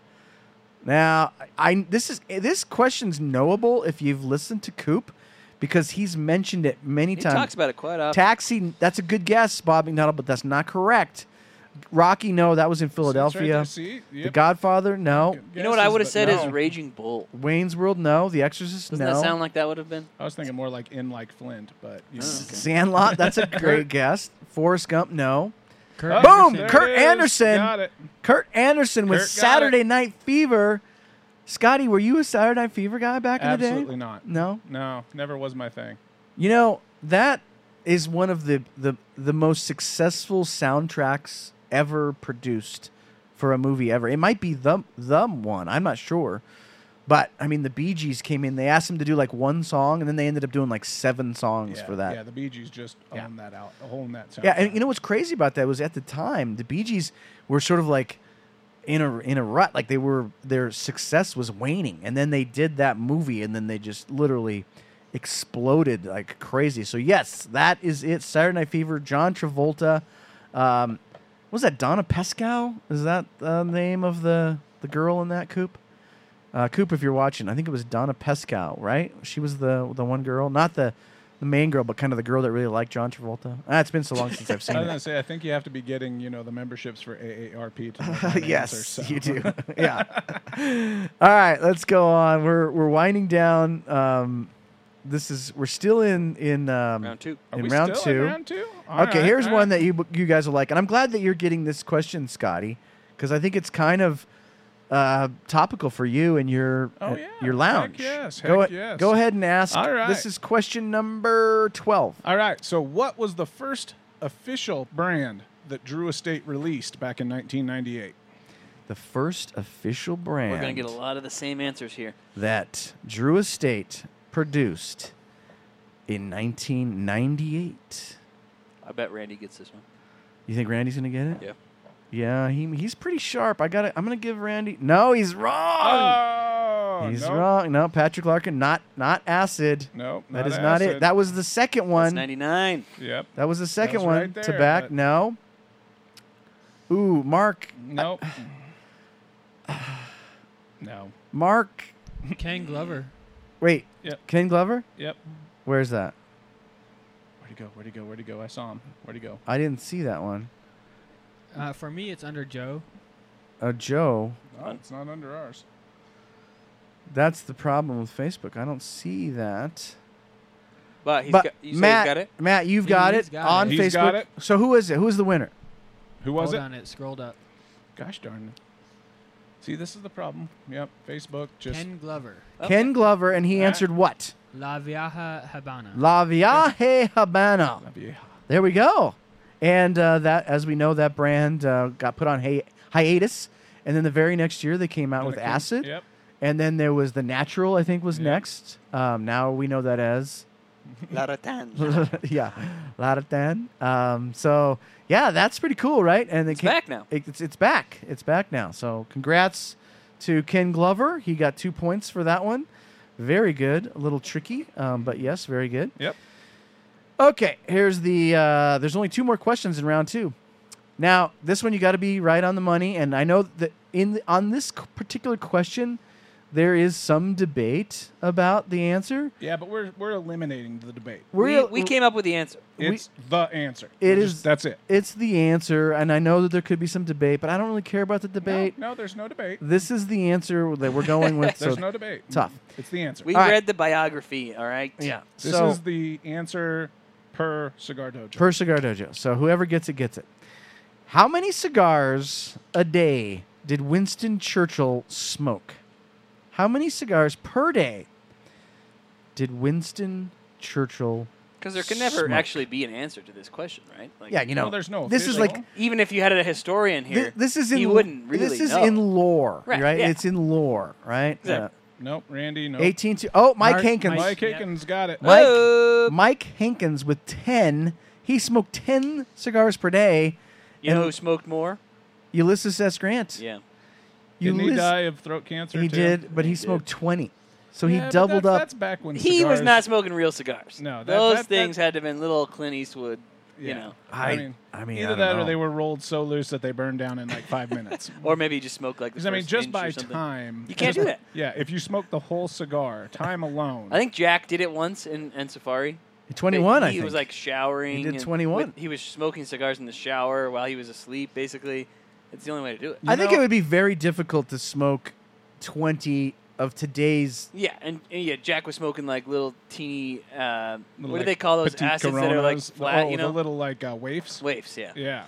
Now, I this is this question's knowable if you've listened to Coop, because he's mentioned it many
He
times.
talks about it quite often.
Taxi. That's a good guess, Bob McDonald, but that's not correct. Rocky, no, that was in
That's
Philadelphia.
Right there, see?
The
Yep.
Godfather, no.
You know what I
Guesses,
would have
but
said
no.
is Raging Bull.
Wayne's World, no. The Exorcist,
Doesn't
no.
that sound like that would have been?
I was thinking more like in like Flint, but you know.
Sandlot, that's a great guess. Forrest Gump, no.
Kurt
Boom!
Oh,
Anderson.
There
Kurt
it is.
Anderson.
Got it.
Kurt Anderson with
Kurt got
Saturday
it.
Night Fever. Scotty, were you a Saturday Night Fever guy back in the
Absolutely
day?
not.
No.
No, never was my thing.
You know, that is one of the, the the most successful soundtracks ever produced for a movie ever. It might be the the one, I'm not sure. But I mean the Bee Gees came in, they asked him to do like one song and then they ended up doing like seven songs
yeah,
for that.
Yeah, the Bee Gees just
Yeah.
own that out, own that sound.
Yeah, and you know what's crazy about that was at the time the Bee Gees were sort of like in a in a rut, like they were their success was waning, and then they did that movie, and then they just literally exploded like crazy. So yes, that is it. Saturday Night Fever, John Travolta. Um, what was that Donna Pescow? Is that the name of the the girl in that coop? Uh, Coop, if you're watching, I think it was Donna Pescow, right? She was the the one girl, not the the main girl, but kind of the girl that really liked John Travolta. Ah, it's been so long since I've seen
I was
it.
gonna say I think you have to be getting you know the memberships for AARP. To know my
yes,
answer, so.
you do. yeah. All right, let's go on. We're we're winding down. Um, this is we're still in in um,
Round two.
Are
in
we
round
still in
two.
round two.
okay, here's one that you you guys will like, and I'm glad that you're getting this question, Scotty, because I think it's kind of uh, topical for you and your
Oh,
uh,
yeah.
your
Heck
lounge.
yes,
go,
heck
a-
yes.
go ahead and ask.
All right.
This is question number twelve.
All right. So, what was the first official brand that Drew Estate released back in 1998?
The first official brand
We're going to get a lot of the same answers here.
that Drew Estate produced in 1998.
I bet Randy gets this one.
You think Randy's gonna get it?
Yeah.
Yeah, he, he's pretty sharp. I got to I'm gonna give Randy. No, he's wrong.
Oh,
he's
no,
wrong. No, Patrick Larkin, not not acid.
No,
that is not
acid.
it. That was the second
That's
one.
99.
Yep.
That was the second
That's
one.
right there,
Tobacco.
but-
No. Ooh, Mark.
Nope. no.
Mark.
Ken Glover.
Wait.
Yep.
Ken Glover.
Yep.
Where's that?
Where'd he go? Where'd he go? Where'd he go? I saw him. Where'd he go?
I didn't see that one.
Uh, for me, it's under Joe.
Oh, Joe.
No, it's not under ours.
That's the problem with Facebook. I don't see that.
But he's
but
got, you say
Matt,
he's got it?
Matt, you've
He-
got
he's
it
got
on
it.
He's
Facebook.
got it.
So who is it? Who is the winner?
Who was
Hold
it?
on, it scrolled up.
Gosh darn. See, this is the problem. Yep. Facebook just.
Ken Glover.
Oh.
Ken Glover, and he
All right.
answered what?
La Vieja Habana.
La Viaje Habana.
That'd be-
There we go. And uh, that, as we know, that brand uh, got put on hi- hiatus, and then the very next year they came out with
Kinda cool.
Acid,
Yep.
and then there was the Natural. I think was
Yeah.
next. Um, now we know that as
La Rattan.
yeah, Laratan. Um, so yeah, that's pretty cool, right? And it
It's back now.
It, it's it's back. It's back now. So congrats to Ken Glover. He got two points for that one. Very good. A little tricky, um, but yes, very good.
Yep.
Okay, here's the. Uh, there's only two more questions in round two. Now, this one you got to be right on the money, and I know that in the, on this c- particular question, there is some debate about the answer.
Yeah, but we're we're eliminating the debate.
We, we came up with the answer.
We-
It's the answer.
It
It is.
is-
that's it.
It's the answer, and I know that there could be some debate, but I don't really care about the debate.
No, no, there's no debate.
This is the answer that we're going with. so
There's no debate.
tough.
It's the answer.
We
All right.
read the biography, all right?
yeah.
this
so
is the answer per cigar dojo.
per cigar dojo. So whoever gets it gets it. How many cigars a day did Winston Churchill smoke? How many cigars per day did Winston Churchill?
Because there can never
Smoke.
actually be an answer to this question, right? Like,
Yeah, you know,
Well, there's no
this is
official.
like
Even if you had a historian
thi-
here,
this is in
he wouldn't really
this is
know.
in lore, right?
Right, yeah.
It's in lore, right? Uh,
Exactly.
nope, Randy. Nope.
Eighteen to oh, Mike
Mark-
Hankins.
Mike
Yep.
Hickens got it.
Mike-
Oh,
Mike Hankins with 10. He smoked 10 cigars per day.
you know
and-
who smoked more?
Ulysses S. Grant.
Yeah.
Didn't he
Ulysses-
die of throat cancer?
he
too?
did, but he,
He did.
smoked 20. So
Yeah,
he
but
doubled
that's-
up.
That's back when
He was
cigars-
not smoking real cigars.
No, that-
those
that- that-
things had to have been little Clint Eastwood.
Yeah.
You know,
I,
I mean,
I mean, I
Either
don't
that,
know.
or they were rolled so loose that they burned down in like five minutes.
or maybe he just smoked like. The
Because I mean,
first
just
inch
by
or something.
time,
You can't
just-
do that.
Yeah, if you smoke the whole cigar, time alone.
I think Jack did it once in, in Safari.
Twenty-one.
He,
I think
was like showering.
He did
and
21.
with- he was smoking cigars in the shower while he was asleep. Basically, it's the only way to do it.
I think
know-
it would be very difficult to smoke twenty of today's.
Yeah, and, and yeah, Jack was smoking like little teeny. Uh, what
Little,
do they
like,
call those
petite
acids that are like
Coronas.
flat?
Oh,
you
the
know,
little like uh, waifs.
waves. Yeah.
Yeah,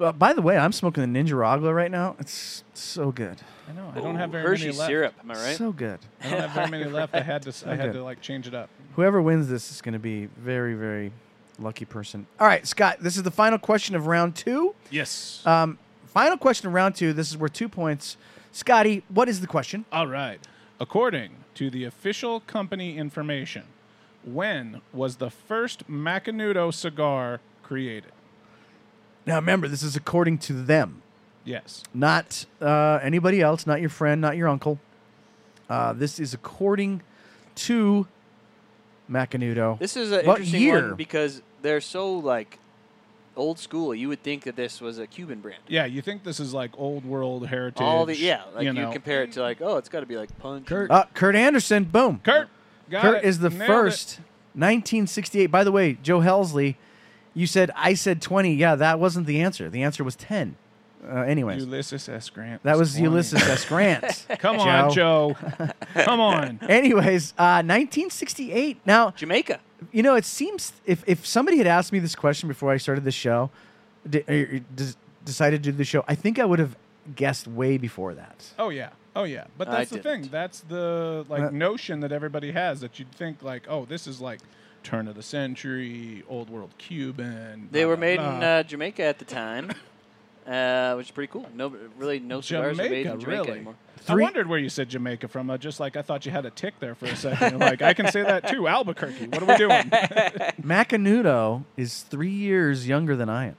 Uh, by the way, I'm smoking the Ninja Ragla right now. It's so good,
I know. I don't have
Ooh,
very
Hershey
many left.
syrup. Am I right?
so good.
I don't have very many left. I had to. I
Okay.
had to like change it up.
Whoever wins this is going to be very, very lucky person. All right, Scott. This is the final question of round two.
Yes.
Um, final question of round two. This is worth two points. Scotty, what is the question?
All right. According to the official company information, when was the first Macanudo cigar created?
Now remember, this is according to them.
Yes.
not uh, anybody else, not your friend, not your uncle. Uh, this is according to Macanudo.
This is an
What
interesting
year?
one because they're so like old school. You would think that this was a Cuban brand.
Yeah, you think this is like old world heritage?
All the yeah, like
you
you,
know.
compare it to like oh, it's got to be like punch.
Kurt.
uh, Kurt Anderson, boom.
Kurt. Got
Kurt
it.
is the
Nailed it.
first. 1968. By the way, Joe Helsley, you said I said 20. Yeah, that wasn't the answer. The answer was 10. Uh, anyways,
Ulysses S. Grant.
that was
20.
Ulysses S. Grant.
Come on, Joe. Come on.
Anyways, uh, 1968. Now,
Jamaica.
You know, it seems if if somebody had asked me this question before I started the show, de- er, des- decided to do the show, I think I would have guessed way before that.
Oh yeah. Oh yeah. But
I
that's the thing.
didn't.
That's the like
Uh,
notion that everybody has that you'd think like, oh, this is like turn of the century, old world Cuban.
They
blah,
were
blah,
made in
blah.
uh, Jamaica at the time, uh, which is pretty cool. No, really, no cigars are made
Jamaica,
in Jamaica
really?
anymore.
Three-
I wondered where you said Jamaica from. Uh, just like I thought you had a tick there for a second. like I can say that too. Albuquerque. What are we doing?
Macanudo is three years younger than I am.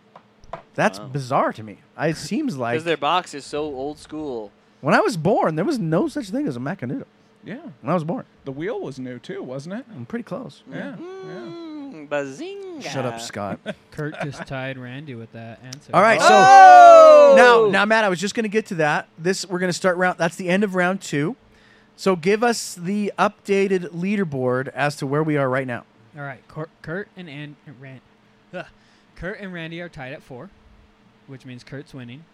That's
Wow.
bizarre to me. I, it seems like
Because their box is so old school.
when I was born, there was no such thing as a Macanudo.
yeah.
When I was born,
The wheel was new too, wasn't it?
I'm pretty close.
Yeah. yeah.
Mm, bazinga.
Shut up, Scott.
Kurt just tied Randy with that answer.
All right, so
Oh!
now, now, Matt, I was just going to get to that. This we're going to start round. That's the end of round two. So give us the updated leaderboard as to where we are right now.
All right, Cur- Kurt and and Ran- ugh. Kurt and Randy are tied at four, which means Kurt's winning.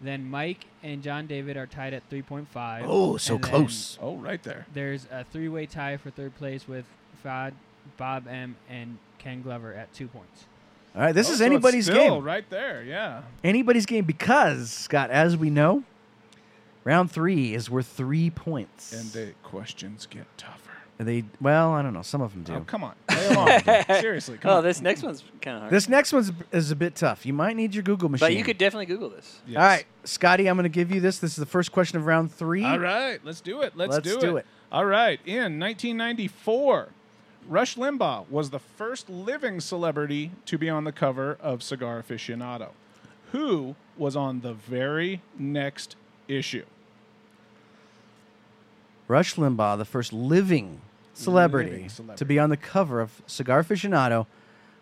Then Mike and John David are tied at three point five.
Oh, so
and then
close.
Oh, right there.
There's a three-way tie for third place with Fad, Bob M, and Ken Glover at two points.
All right, this
Oh,
is
so it's
anybody's
still
game.
Right there. Yeah.
Anybody's game because Scott, as we know, round three is worth three points.
And the questions get tougher.
And they well, I don't know. Some of them do.
Oh, come on. Lay 'em on. Seriously. Come
Oh,
on.
this next one's kind of hard.
This next one's is a bit tough. You might need your Google machine.
but you could definitely Google this.
Yes.
All right, Scotty, I'm going to give you this. This is the first question of round three.
All right, let's do it. Let's,
Let's
do,
do
it.
it.
All right, in 1994, Rush Limbaugh was the first living celebrity to be on the cover of Cigar Aficionado. Who was on the very next issue?
Rush Limbaugh, the first living celebrity,
Living
to
celebrity.
be on the cover of Cigar Aficionado,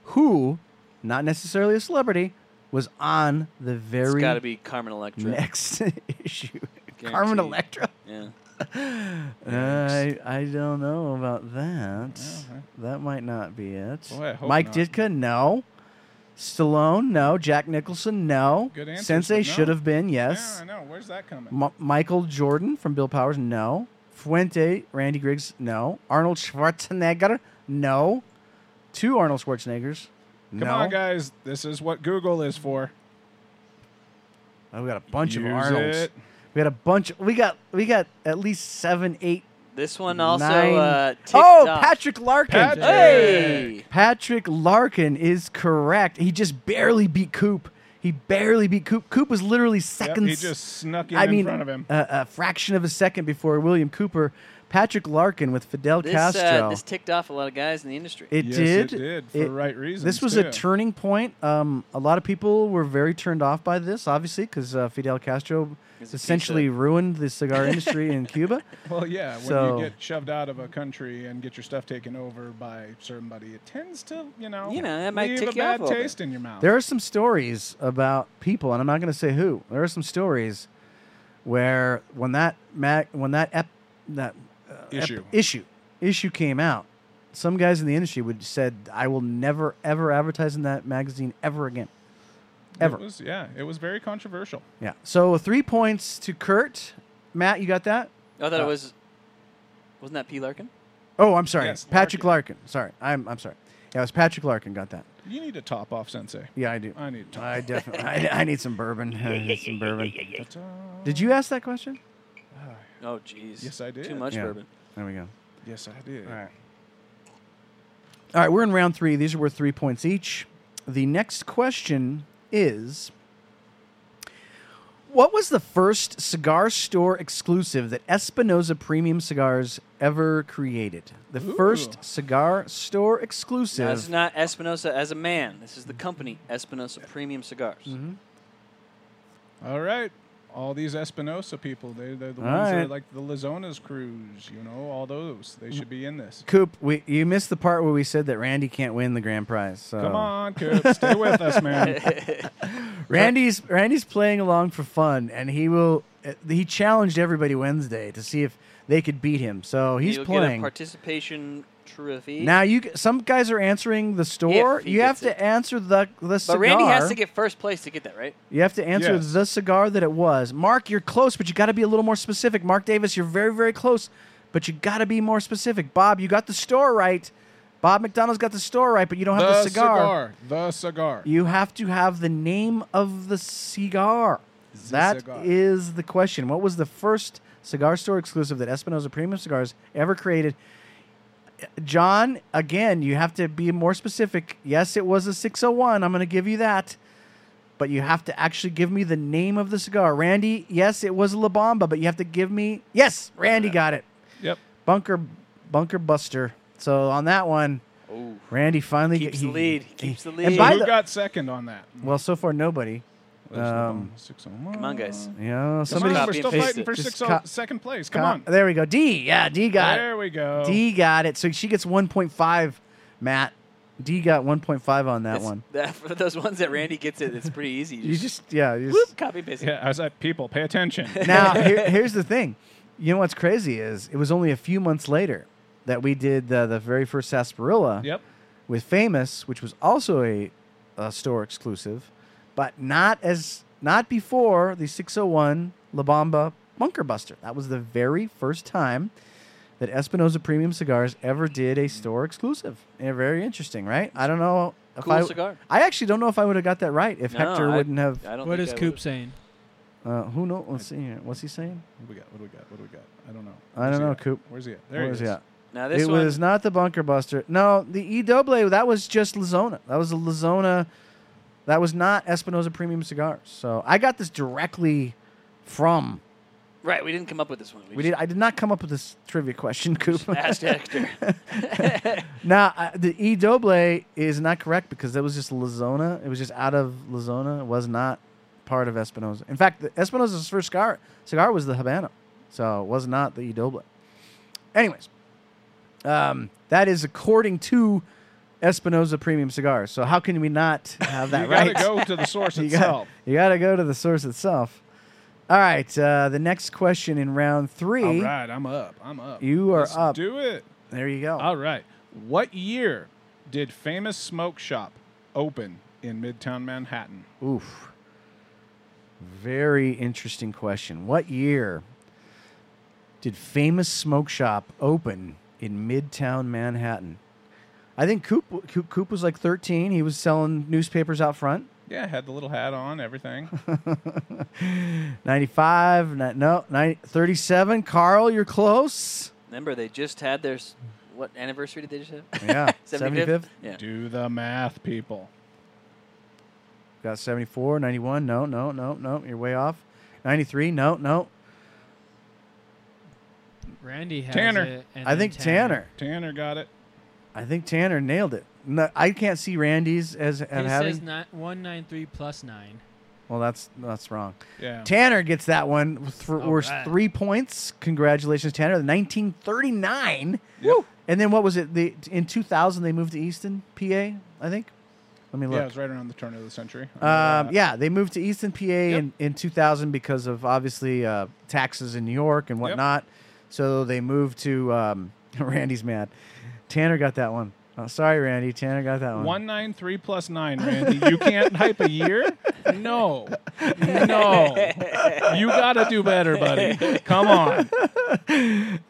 who, not necessarily a celebrity, was on the
It's
very
got to be Carmen Electra.
next issue. Carmen
Guaranteed.
Electra.
Yeah.
I I don't know about that.
Okay.
That might not be it.
Boy, I hope
Mike
not.
Ditka, no. Stallone, no. Jack Nicholson, no.
Good answers,
Sensei
but no.
should have been,
Yeah,
yes.
I know. Where's that coming?
M- Michael Jordan from Bill Powers, no. Fuente, Randy Griggs, no. Arnold Schwarzenegger, no. Two Arnold Schwarzeneggers,
Come
no.
on, guys. This is what Google is for.
Oh, we got a bunch of
Use
Arnolds.
it.
We got a bunch. We got we got at least seven, eight,
This one also.
nine.
Uh,
oh,
TikTok.
Patrick Larkin.
Patrick.
Hey.
Patrick Larkin is correct. He just barely beat Coop. He barely beat Coop. Coop was literally
Yep,
seconds.
he just snuck in
I
in
mean, uh,
front of him.
A, a fraction of a second before William Cooper. Patrick Larkin with Fidel
This,
Castro.
uh, this ticked off a lot of guys in the industry.
it
Yes,
did.
It did for
It-
right reasons.
This was a
too.
turning point. Um, a lot of people were very turned off by this, obviously, because uh, Fidel Castro
He's a piece
essentially ruined the cigar industry in Cuba.
Well, yeah. When
So-
you get shoved out of a country and get your stuff taken over by somebody, it tends to, you know,
You know, that might
leave
tick
a
you off
bad
a little
taste in your mouth.
There are some stories about people, and I'm not going to say who. There are some stories where when that mag, when that ep, that uh, ep-
Issue.
issue issue came out, some guys in the industry would said, "I will never ever advertise in that magazine ever again." Ever.
It was, yeah, it was very controversial.
Yeah. So three points to Kurt. Matt, you got that?
Oh, I thought
uh,
it was. Wasn't that P. Larkin?
Oh, I'm sorry,
Yes,
Patrick Larkin. Sorry, I'm I'm sorry. Yeah, it was Patrick Larkin got that.
You need to top off, Sensei.
Yeah, I do.
I need to top
I definitely. I, I need some bourbon. I need some bourbon.
off.
Did you ask that question?
Oh, jeez.
Yes, I
Too
did.
much
Yeah.
bourbon.
There we go.
Yes, I did.
All right. All right, we're in round three. These are worth three points each. The next question is What was the first cigar store exclusive that Espinosa Premium Cigars ever created? The first cigar store exclusive.
Now, this is not Espinosa as a man. This is the company Espinosa Premium Cigars.
Mm-hmm.
All right. All these Espinosa people, they, they're the
All
ones that
right.
are like the Lizonas crews, you know, all those. They should be in this.
Coop, we, you missed the part where we said that Randy can't win the grand prize. So.
Come on, Coop. Stay with us, man.
Randy's Randy's playing along for fun, and he will. uh, He challenged everybody Wednesday to see if they could beat him. So he's
You'll get a
playing.
participation trophy.
Now you g- some guys are answering the store.
If he
You have
gets
to
it.
answer the the
but
cigar.
Randy has to get first place to get that, right?
You have to answer
Yes.
the cigar that it was. Mark, you're close, but you got to be a little more specific. Mark Davis, you're very very close, but you got to be more specific. Bob, you got the store right. Bob McDonald's got the store right, but you don't have
the
the cigar.
cigar. The cigar.
You have to have the name of the cigar. That is
cigar.
the question. What was the first cigar store exclusive that Espinosa Premium Cigars ever created? John, again, you have to be more specific. Yes, it was a 601. I'm going to give you that. But you have to actually give me the name of the cigar. Randy, yes, it was La Bomba, but you have to give me. Yes, Randy got it.
Yep.
Bunker Bunker Buster. So on that one,
Oh.
Randy finally
Keeps
he-
the lead. He keeps the
and
lead.
So
by
who
the-
got second on that?
well, so far nobody. Um,
Come on, guys.
Mm, Yeah,
Come
somebody
on,
Just
we're still
copy and paste
fighting
it.
for
Just
six
co-
second place. Come
Con-
on.
There we go. D. Yeah, D got
There we
it.
go.
D got it. So she gets 1.5, Matt. D got 1.5 on that
That's-
one.
that- for those ones that Randy gets it, it's pretty easy.
You
just
just, yeah. You
whoop,
just...
copy paste. it.
Yeah, I was like, people, pay attention.
Now, here, here's the thing. You know what's crazy is it was only a few months later that we did the, the very first sarsaparilla
yep.
with Famous, which was also a, a store exclusive, but not as not before the 601 La Bamba Bunker Buster. That was the very first time that Espinosa Premium Cigars ever did a store exclusive. And very interesting, right? I don't know if
Cool
I
cigar.
I actually don't know if I would have got that right if
No,
Hector
I-
wouldn't have.
I don't
What
think
is
I
Coop
would've-
saying?
Uh, who knows? Let's see here. What's he saying?
What do we got? What do we got? What do we got? I don't know.
I don't
he
know,
at?
Coop.
Where's he at? There
What was
he
he
is.
at?
Now this
it
one,
was not the Bunker Buster. No, the E that was just Lazona. That was a Lazona. That was not Espinosa Premium Cigars. So I got this directly from.
right? We didn't come up with this one.
We did.
just
I did not come up with this trivia question, Coop.
asked Hector.
now I, the E is not correct because that was just Lazona. It was just out of Lazona. It was not part of Espinosa. In fact, the Espinosa's first cigar cigar was the Habano, so it was not the E Anyways, um, that is according to Espinosa Premium Cigars. So how can we not have that
you
right?
gotta go to the source
you got
itself.
you got to go to the source itself. All right, uh, the next question in round three.
All right, I'm up. I'm up.
You are
Let's
up.
Do it.
There you go.
All right. What year did famous smoke shop open in Midtown Manhattan?
Oof. Very interesting question. What year did Famous Smoke Shop open in Midtown Manhattan? I think Coop, Coop, Coop was like 13. He was selling newspapers out front.
Yeah, had the little hat on, everything.
95, ni- no, 90, 37. Carl, you're close.
Remember, they just had their s- what anniversary did they just have?
Yeah,
75th?
75th.
Yeah.
Do the math, people.
Got 74, 91. No, no, no, no. You're way off. 93. No, no.
Randy has
Tanner.
it, and
I
then
think Tanner.
Tanner got it.
I think Tanner nailed it. No, I can't see Randy's as, as
He
having.
says not one nine three plus nine.
Well, that's that's wrong.
Yeah.
Tanner gets that one. with th-
All
we're
right.
three points. Congratulations, Tanner. 1939.
Yep.
And then what was it? The in 2000 they moved to Easton, PA. I think. Let me
Yeah, it
look.
was right around the turn of the century. I
Yeah,
remember
um,
that.
yeah they moved to Easton, PA in, in 2000 because of obviously uh, taxes in New York and whatnot. So they moved to. Um, Randy's mad. Tanner got that one. Oh, sorry, Randy. Tanner got that one.
193 plus 9, Randy. You can't hype a year? No. No. You got to do better, buddy. Come on.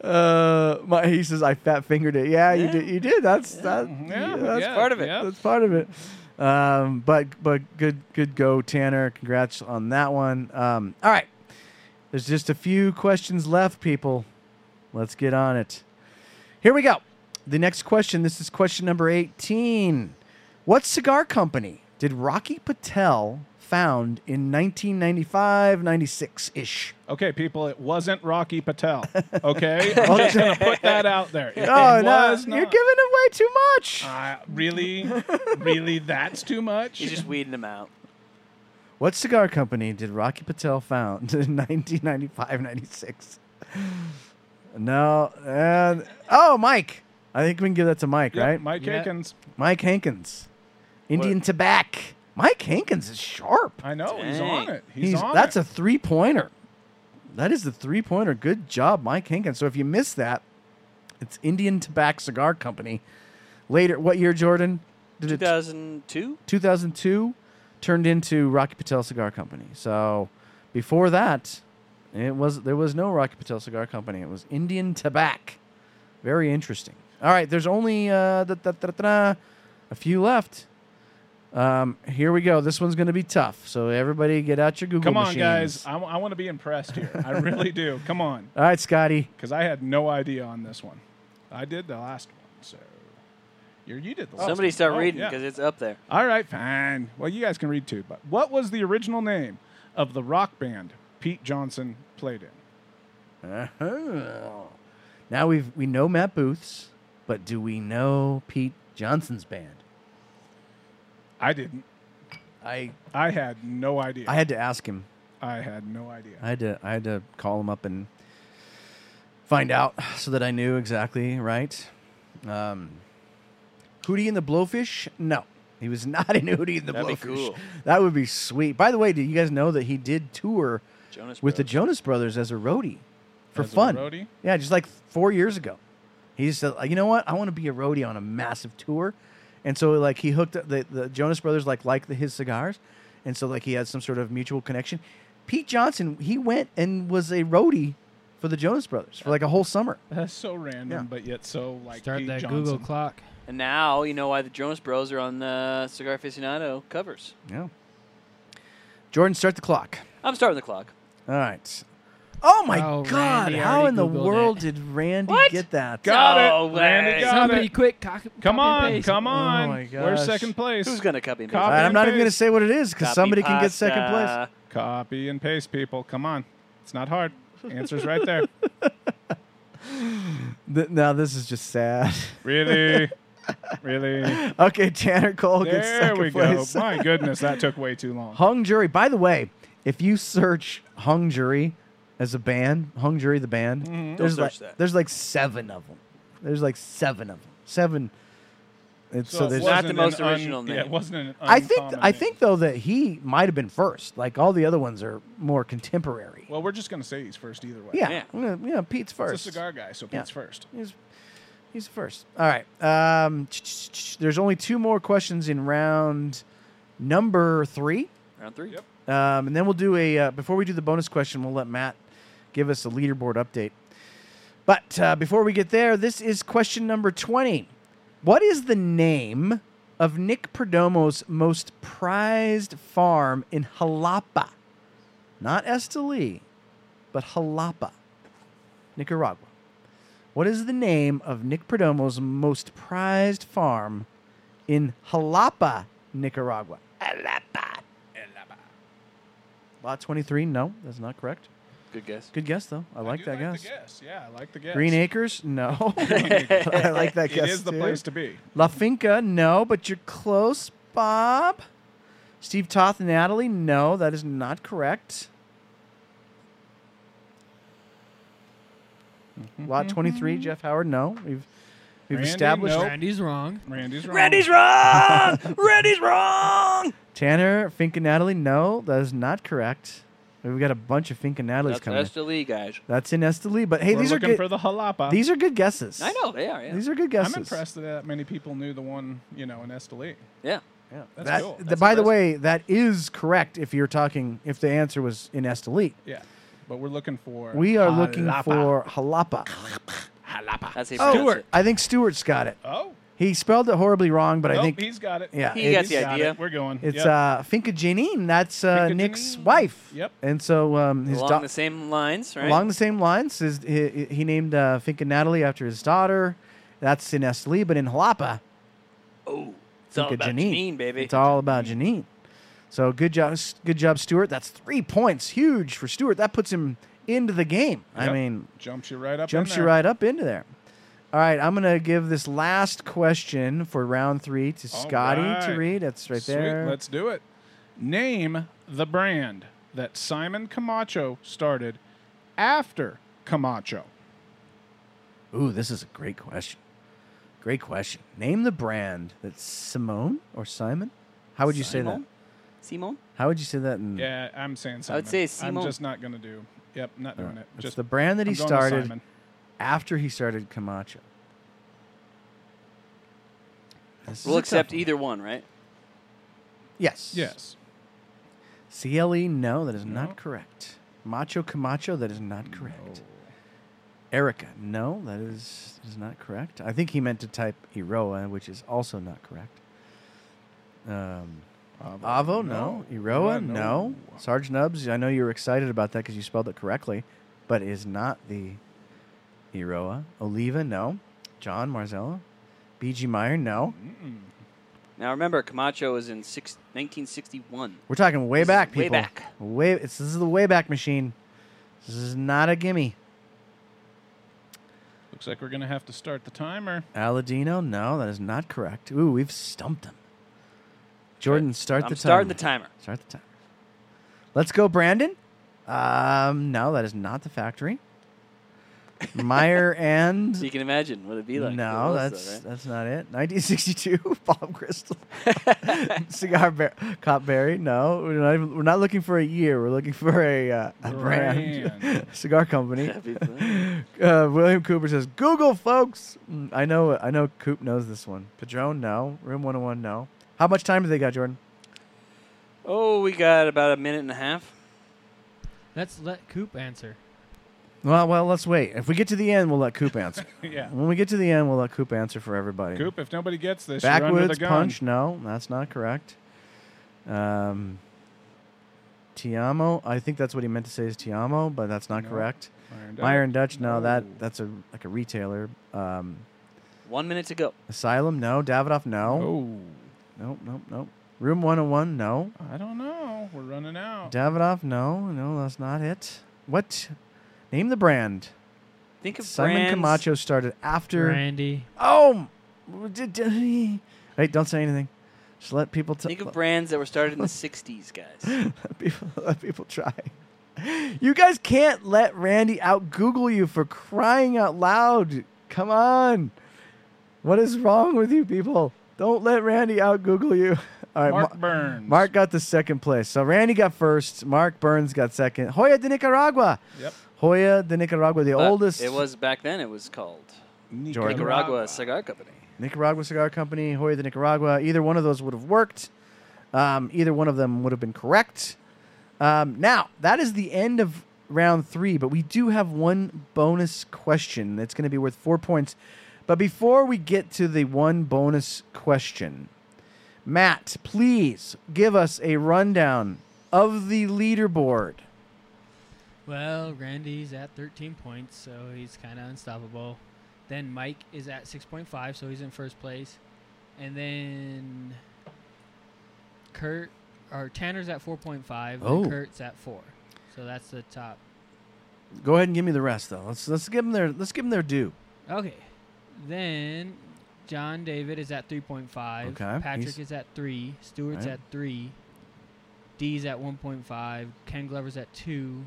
Uh, my, he says I fat fingered it. Yeah, you did. You did. That's that.
Yeah,
that's
yeah,
part of it.
yeah.
That's part of it. Um, but but good good go Tanner. Congrats on that one. Um, all right. There's just a few questions left, people. Let's get on it. Here we go. The next question. This is question number 18. What cigar company did Rocky Patel found in 1995, 96 ish?
Okay, people, it wasn't Rocky Patel. Okay? I'm just going to put that out there. It was
Oh, you're
not.
giving away too much.
Uh, really? Really? That's too much?
He's just weeding them out.
What cigar company did Rocky Patel found in 1995 96? No. And, oh, Mike. I think we can give that to Mike,
Yeah,
right?
Mike
Yeah.
Akins.
Mike Hankins. Indian Tobacco. Mike Hankins is sharp.
I know. He's on
Dang.
it. Uh, He's, on
that's
it.
a three pointer. That is the three pointer. Good job, Mike Hankins. So if you missed that, it's Indian Tobacco Cigar Company. Later, what year, Jordan? Did it
2002?
2002 turned into Rocky Patel Cigar Company. So before that, it was there was no Rocky Patel Cigar Company. It was Indian Tobacco. Very interesting. All right, there's only uh, da, da, da, da, da, a few left. Um, here we go. This one's going to be tough. So everybody, get out your Google.
Come on,
machines.
guys. I, want to be impressed here. I really do. Come on.
All right, Scotty.
Because I had no idea on this one. I did the last one, so. You're, you did the last
Somebody
one.
start
Oh,
reading
yeah.
because it's up there.
All right, fine. Well, you guys can read too. But what was the original name of the rock band Pete Johnson played in?
Uh-huh. Now we have we know Matt Booth's, but do we know Pete Johnson's band?
I didn't.
I
I had no idea.
I had to ask him.
I had no idea.
I had to I had to call him up and find out so that I knew exactly right. Um, Hootie and the Blowfish? No, he was not in Hootie and the
That'd be
Blowfish.
cool.
That would be sweet. By the way, do you guys know that he did tour
Jonas
with the
Brothers.
Jonas Brothers as a roadie for
As a
fun?
roadie?
Yeah, just like four years ago. He just said, you know what? I want to be a roadie on a massive tour. And so like he hooked up the, the Jonas Brothers like liked the, his cigars, and so like he had some sort of mutual connection. Pete Johnson he went and was a roadie for the Jonas Brothers for like a whole summer.
That's so random,
Yeah.
but yet so like
Start
Pete
that
Johnson.
Google clock.
And now you know why the Jonas Bros are on the Cigar Aficionado covers.
Yeah. Jordan, start the clock.
I'm starting the clock.
All right. Oh my
Oh,
God!
Randy
How
already
in the
Googled
world
it.
did Randy
What?
get that?
Got
No
it. Randy
way.
got
Somebody
it.
quick, cock,
Come
copy and
on,
paste.
Oh
come on.
my
We're
gosh.
second place.
Who's going to copy and paste?
All
Copy.
right, I'm not even
Copy
going to say what it is because
Copy
somebody can get
pasta.
second place.
Copy and paste, people. Come on. It's not hard. Answer's right there.
Th- now this is just sad.
Really? Really?
okay, Tanner Cole gets
There
second
we go.
place.
My goodness, that took way too long.
Hung jury. By the way, if you search hung jury as a band, Hung Jury the band.
Mm-hmm.
There's
Don't
like
search that.
there's like seven of them. There's like seven of them. Seven. And so,
it
there's.
Not the
wasn't
most
an un-
original
Yeah, it
name.
wasn't an
I think
uncommon
I
name.
think though that he might have been first. Like all the other ones are more contemporary.
Well, we're just going to say he's first either way.
yeah,
yeah.
I'm gonna- yeah. Pete's first.
It's a cigar guy, so
Yeah.
Pete's first.
He's he's first. All right. Um, there's only two more questions in round number three,
Round three.
Yep.
um, and then we'll do a uh, before we do the bonus question. We'll let Matt give us a leaderboard update. But uh, before we get there, this is question number twenty. What is the name of Nick Perdomo's most prized farm in Jalapa? Not Esteli, but Jalapa, Nicaragua. What is the name of Nick Perdomo's most prized farm in Jalapa, Nicaragua? Jalapa. Lot 23, no, that's not correct.
Good guess.
Good guess, though. I like
do
that
like
guess.
The guess. Yeah, I like the guess.
Green Acres? No. I like that
It
guess.
is the
too.
place to be.
La Finca, no, but you're close, Bob. Steve Toth, Natalie, no, that is not correct. Lot 23, Jeff Howard, no. We've we've
Mm-hmm, Randy,
established
Nope.
Randy's wrong.
Randy's wrong.
Randy's wrong. Randy's wrong.
Tanner, Finca Natalie, no, that is not correct. We've got a bunch of Finca Natalie's
That's,
coming. in.
that's the league, guys.
That's in Esteli, but hey,
We're
these are
looking
good
for the jalapa.
these are good guesses.
I know they are. Yeah.
These are good
I'm
guesses.
impressed that that many people knew the one, you know, in Esteli.
yeah.
Yeah.
That's
that,
cool.
th-
That's
by the
impressive.
way, that is correct if you're talking if the answer was in Esteli.
Yeah. But we're looking for.
We are looking for Jalapa.
That's how you
Oh,
pronounce it.
I think Stewart's got it.
Oh.
He spelled it horribly wrong, but I
nope,
think
he's got it.
yeah,
He
it's-
got the
He's
idea.
it. We're going.
It's
yep.
uh, Finca Janine. That's uh,
Finca
Nick's
Janine.
wife.
Yep.
And so um, his
Along
da-
the same lines, right?
along the same lines, his, he, he named uh, Finca Natalie after his daughter. That's in Esteli, but in Jalapa,
oh, it's all
Finca
about
Janine.
Janine, baby.
It's all about Janine. So good job, good job, Stewart. That's three points, huge for Stewart. That puts him into the game. I
Yep.
mean,
jumps you right up.
jumps
in
you
there.
right up into there. All right, I'm gonna give this last question for round three to
All
Scotty to
right.
read. That's right
Sweet,
there.
Let's do it. Name the brand that Simon Camacho started after Camacho.
Ooh, this is a great question. Great question. Name the brand that's Simone or Simon. How would you say that?
Simone? Simon.
How would you say that? In,
Yeah, I'm saying
I
Simon.
would say
I'm
Simon.
just not going to do. Yep, not doing it.
It's
Just
the brand that he
I'm going with
started
Simon.
after he started Camacho. This
We'll
is a tough
accept
one.
either one, right?
Yes.
Yes.
CLE, no, that is
No.
not correct. Macho Camacho, that is not correct. Erica, no, that is, is not correct. I think he meant to type Eroa, which is also not correct. Um, Avo, no. Eroa, no. Sarge Nubs, I know you were excited about that because you spelled it correctly, but is not the Eroa. Oliva, no. John Marzella. BG Meyer, no.
Now remember, Camacho was in six, 1961.
We're talking way
This is
back,
way
people.
back.
Way- it's, this is the way back machine. This is not a gimme.
Looks like we're going to have to start the timer.
Aladino, no, that is not correct. Ooh, we've stumped him. Jordan, start
I'm
the
starting
timer.
the timer.
Start the timer. Let's go, Brandon. Um, no, that is not the factory. Meyer and
So you can imagine what it'd be like. It
no,
was,
that's
though, right?
that's not it. 1962, Bob Crystal, cigar bar- cop berry. No, we're not even, we're not looking for a year. We're looking for a, uh, a brand,
Brand.
cigar company.
That'd be fun.
Uh, William Cooper says, "Google, folks." Mm, I know, I know. Coop knows this one. Padrone, no. Room 101, no. How much time do they got, Jordan?
oh, we got about a minute and a half.
Let's let Coop answer.
Well, well, let's wait. If we get to the end, we'll let Coop answer.
yeah.
when we get to the end, we'll let Coop answer for everybody.
Coop, if nobody gets this, you're under the
Backwoods
gun.
punch, no, that's not correct. Um, Tiamo, I think that's what he meant to say is Tiamo, but that's not
No.
correct.
Iron Dutch.
Meyer and Dutch, no,
No.
that that's a like a retailer. Um,
One minute to go.
Asylum, no. Davidoff, no.
Oh,
Nope, nope, nope. Room 101, no.
I don't know. We're running out.
Davidoff, no, no, that's not it. What? Name the brand.
Think of
Simon
brands.
Camacho started after.
Randy.
Oh, m- d- d- hey, don't say anything. Just let people t-
Think of brands that were started in the 60s, guys.
let people let people try. You guys can't let Randy out Google you for crying out loud. Come on. What is wrong with you people? Don't let Randy out Google you. All right,
Mark
Ma-
Burns.
Mark got the second place. So Randy got first. Mark Burns got second. Hoya de Nicaragua.
Yep.
Hoya de Nicaragua, the
But
oldest
It was back then. It was called
Jordan.
Nicaragua Cigar Company.
Nicaragua Cigar Company, Hoya de Nicaragua. Either one of those would have worked. Um, either one of them would have been correct. Um, now, that is the end of round three, but we do have one bonus question that's going to be worth four points. But before we get to the one bonus question, Matt, please give us a rundown of the leaderboard.
Well, Randy's at 13 points, so he's kind of unstoppable. Then Mike is at 6.5, so he's in first place. And then Kurt or Tanner's at 4.5,
Oh.
and Kurt's at 4. So that's the top.
Go ahead and give me the rest, though. Let's let's give them their let's give them their due.
Okay. Then John David is at 3.5.
Okay,
Patrick
he's-
is at 3. Stewart's
Right.
at 3. D's at 1.5. Ken Glover's at 2.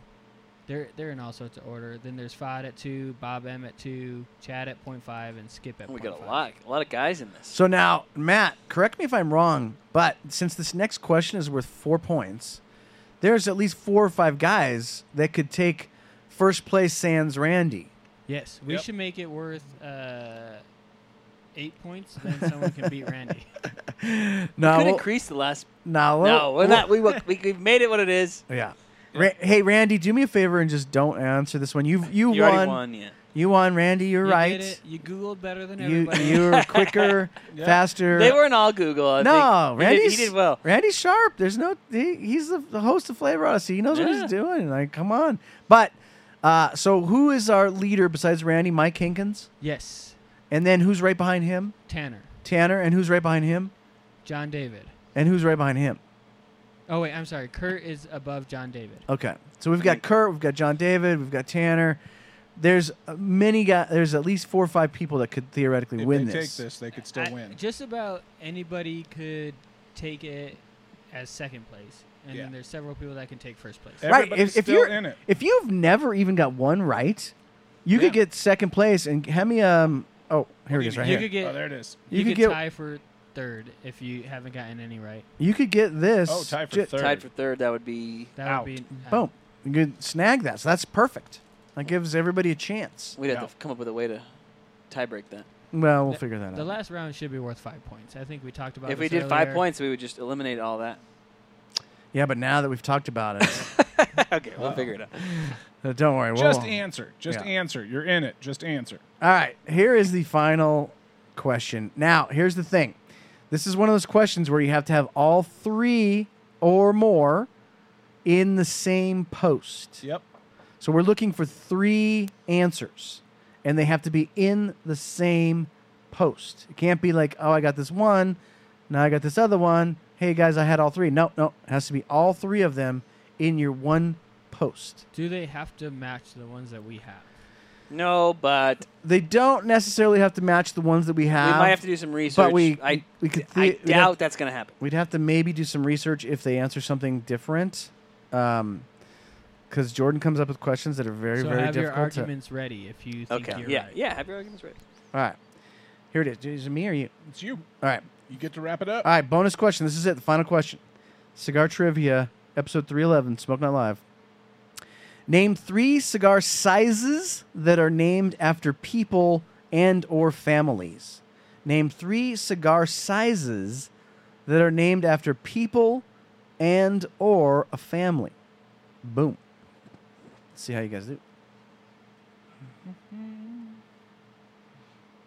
They're, they're in all sorts of order. Then there's Fod at 2, Bob M at 2, Chad at 0.5, and Skip at
We got a
0.5.
lot, a lot of guys in this.
So now, Matt, correct me if I'm wrong, but since this next question is worth four points, there's at least four or five guys that could take first place sans Randy.
Yes, we
Yep.
should make it worth uh, 8 points, then someone can beat Randy.
No,
Could
we'll-
increase the last.
no, we'll-
No, we're
we'll-
not. We, wa- we we've made it what it is.
Yeah. Ra- hey, Randy, do me a favor and just don't answer this one. You've you,
You
won.
already won, yeah.
You won, Randy. You're
You did
right.
it. You Googled better than
You
everybody.
you're quicker,
Yeah.
faster.
They weren't all Google. I
no,
think. He did-
Randy's
He did, well.
Randy's sharp. There's no he, he's the, the host of Flavor Odyssey. He knows what
Yeah.
he's doing. Like, come on. But uh, so who is our leader besides Randy? Mike Hinkins,
yes,
and then who's right behind him?
Tanner,
Tanner, and who's right behind him?
John David.
And who's right behind him?
Oh wait, I'm sorry. Kurt is above John David.
Okay, so we've got Kurt, we've got John David, we've got Tanner. There's uh, many guys. There's at least four or five people that could theoretically
If
win
they
this.
take this, they could still
I-
win.
Just about anybody could take it as second place, and
Yeah.
then there's several people that can take first place.
Every-
Right.
Everybody's
If, if
still
you're
in it.
if you've never even got one right, you could
Yeah.
get second place and hand me um. Oh, here it
You
is, right
you
here.
could get
oh, there it is.
you,
you
could
could get-
tie for third if you haven't gotten any right.
You could get this.
Oh, tie for
ju-
third.
Tied for third. That would be.
That
Out.
would be uh,
Boom. You could snag that. So that's perfect. That gives everybody a chance.
We'd have
Yeah.
to come up with a way to tie break that.
Well, we'll
The-
figure that
The
out.
last round should be worth five points. I think we talked about
if we
this
did five
earlier.
points, we would just eliminate all that.
yeah, but now that we've talked about it,
okay, we'll figure it out.
uh, don't worry.
Just
we'll,
answer. Just
Yeah.
answer. You're in it. Just answer.
All right. Here is the final question. Now, here's the thing. This is one of those questions where you have to have all three or more in the same post.
Yep.
So we're looking for three answers, and they have to be in the same post. It can't be like, oh, I got this one, now I got this other one. Hey guys, I had all three. No, no, it has to be all three of them in your one post.
Do they have to match the ones that we have?
No, but
They don't necessarily have to match the ones that we
we
have.
might have to do some research.
Um, but we
I,
we could
I
thi- we'd have-
doubt that's going to happen.
We'd have to maybe do some research if they answer something different, because Jordan comes up with questions that are very,
so
very
have your
difficult. to-
arguments ready if you think
Okay.
you're
Yeah.
right.
Yeah. Have your arguments ready.
All right, here it is. Is it me or you?
It's you.
All right.
You get to wrap it up.
All right, bonus question. This is it. The final question. Cigar trivia, episode 311, Smoke Not Live. Name three cigar sizes that are named after people and or families. Name three cigar sizes that are named after people and or a family. Boom. Let's see how you guys do.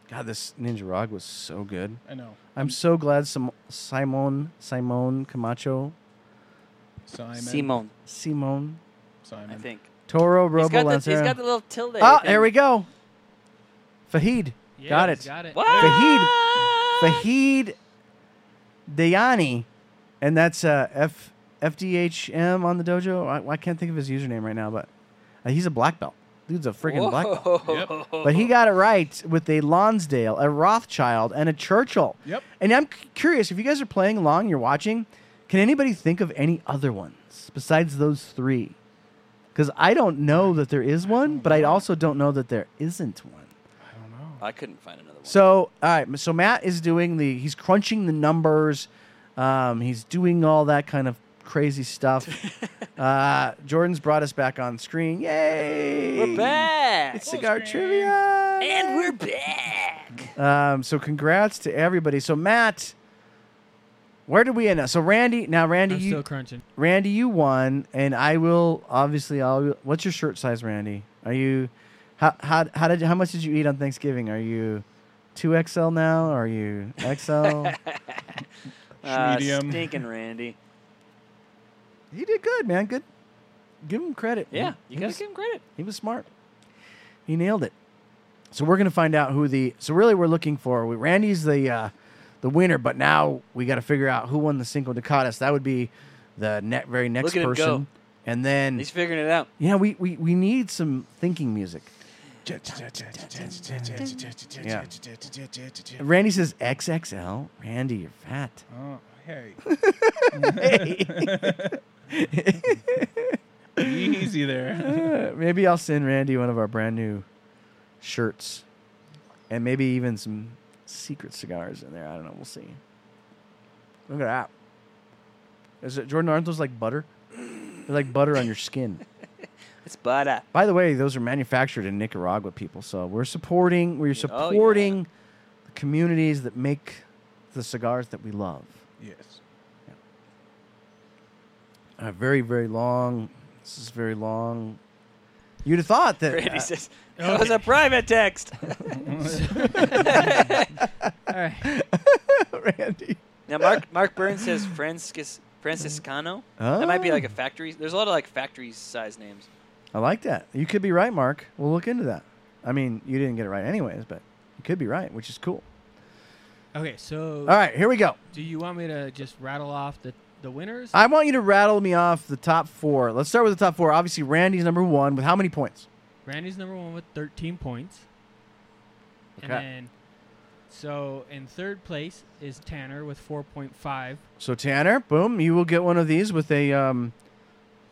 God, this Ninja Rog was so good.
I know.
I'm so glad some Simon Simon Camacho
Simon.
Simon,
Simon
I
Simon.
think.
Toro
He's
Robo
got, the, he's got the
Lancero.
little tilde.
Oh,
thing.
there we go. Fahid,
Yeah,
got it.
he's Got it.
What?
Fahid, Fahid, Dayani, and that's uh, F FDHM on the dojo. I, I can't think of his username right now, but uh, he's a black belt. Dude's a freaking black belt.
Whoa.
But he got it right with a Lonsdale, a Rothschild, and a Churchill.
Yep.
And I'm c- curious if you guys are playing along, you're watching. Can anybody think of any other ones besides those three? Because I don't know that there is one, but I also don't know that there isn't one.
I don't know.
I couldn't find another one.
So, all right. So Matt is doing the. He's crunching the numbers. Um, he's doing all that kind of crazy stuff. uh, Jordan's brought us back on screen. Yay!
we're back.
It's cigar
screen.
trivia.
and we're back.
Um, so congrats to everybody. So Matt, where did we end up? So Randy, now Randy,
I'm
you,
still crunching.
Randy, you won, and I will obviously. I'll. What's your shirt size, Randy? Are you? How how how did how much did you eat on Thanksgiving? Are you two XL now? Are you XL?
Uh,
Medium.
stinking Randy.
he did good, man. Good. Give him credit.
Yeah,
He-
you
he
gotta
was-
give him credit.
He was smart. He nailed it. So we're gonna find out who the. So really, we're looking for. We, Randy's the uh, the winner, but now we got to figure out who won the Cinco de Cadas. That would be the ne- very next
Look at him
person.
go.
And then
He's figuring it out.
yeah, we, we we need some thinking music. Yeah. Randy says XXL. Randy, you're fat.
Oh, hey.
Hey.
Easy there.
maybe I'll send Randy one of our brand new shirts, and maybe even some secret cigars in there. I don't know. We'll see. Look at that. Is it Jordan? Aren't those like butter? They're like butter on your skin.
It's butter.
By the way, those are manufactured in Nicaragua, people. So we're supporting. We're
Oh, yeah.
supporting the communities that make the cigars that we love.
Yes.
A very, very long. This is very long. You'd have thought that.
Randy says, "That was a private text."
All right.
uh, Randy.
now, Mark Mark Burns says Francis Franciscano. That
Oh.
might be like a factory. There's a lot of like factory size names.
I like that. You could be right, Mark. We'll look into that. I mean, you didn't get it right anyways, but you could be right, which is cool.
Okay, so
All right, here we go.
do you want me to just rattle off the, the winners?
I want you to rattle me off the top four. Let's start with the top four. Obviously, Randy's number one with how many points?
Randy's number one with 13 points. And
Okay.
then, so in third place is Tanner with 4.5.
So, Tanner, boom, you will get one of these with a um,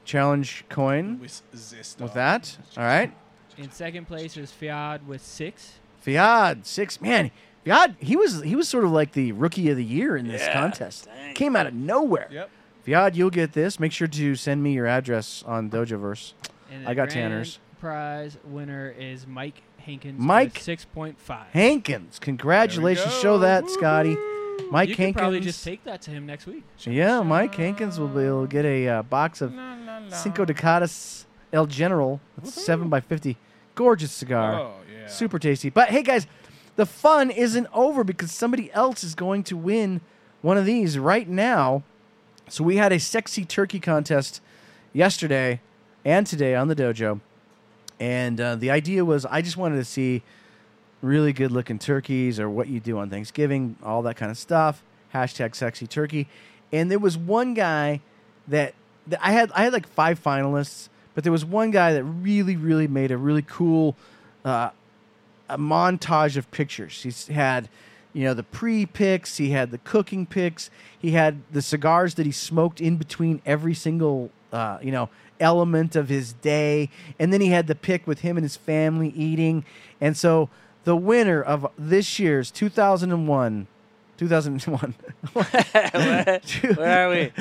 challenge coin
With zest
with
on.
that. All right.
In second place is Fiad with six.
Fiad, six. Man, Fiad, he was he was sort of like the rookie of the year in this
Yeah,
contest.
dang.
Came out of nowhere.
Yep.
Fiad, you'll get this. Make sure to send me your address on Dojoverse.
And
I
the
got
grand
Tanner's.
Prize winner is Mike Hankins.
Mike
with 6.5.
Hankins. Congratulations.
go.
Show that, Scotty. Mike
you can
Hankins.
probably just take that to him next week.
yeah, Mike Hankins will be able to get a uh, box of Cinco de Cadas El General. That's 7 by 50 Gorgeous cigar.
Oh, yeah.
Super tasty. But hey, guys, the fun isn't over because somebody else is going to win one of these right now. So we had a sexy turkey contest yesterday and today on the dojo. And uh, the idea was I just wanted to see really good looking turkeys or what you do on Thanksgiving, all that kind of stuff. Hashtag sexy turkey. And there was one guy that, that I had I had like five finalists, but there was one guy that really, really made a really cool uh, a montage of pictures. He's had, you know, the pre pics, he had the cooking pics, he had the cigars that he smoked in between every single, uh, you know, element of his day. And then he had the pic with him and his family eating. And so the winner of this year's 2001, 2001,
What? Where are we?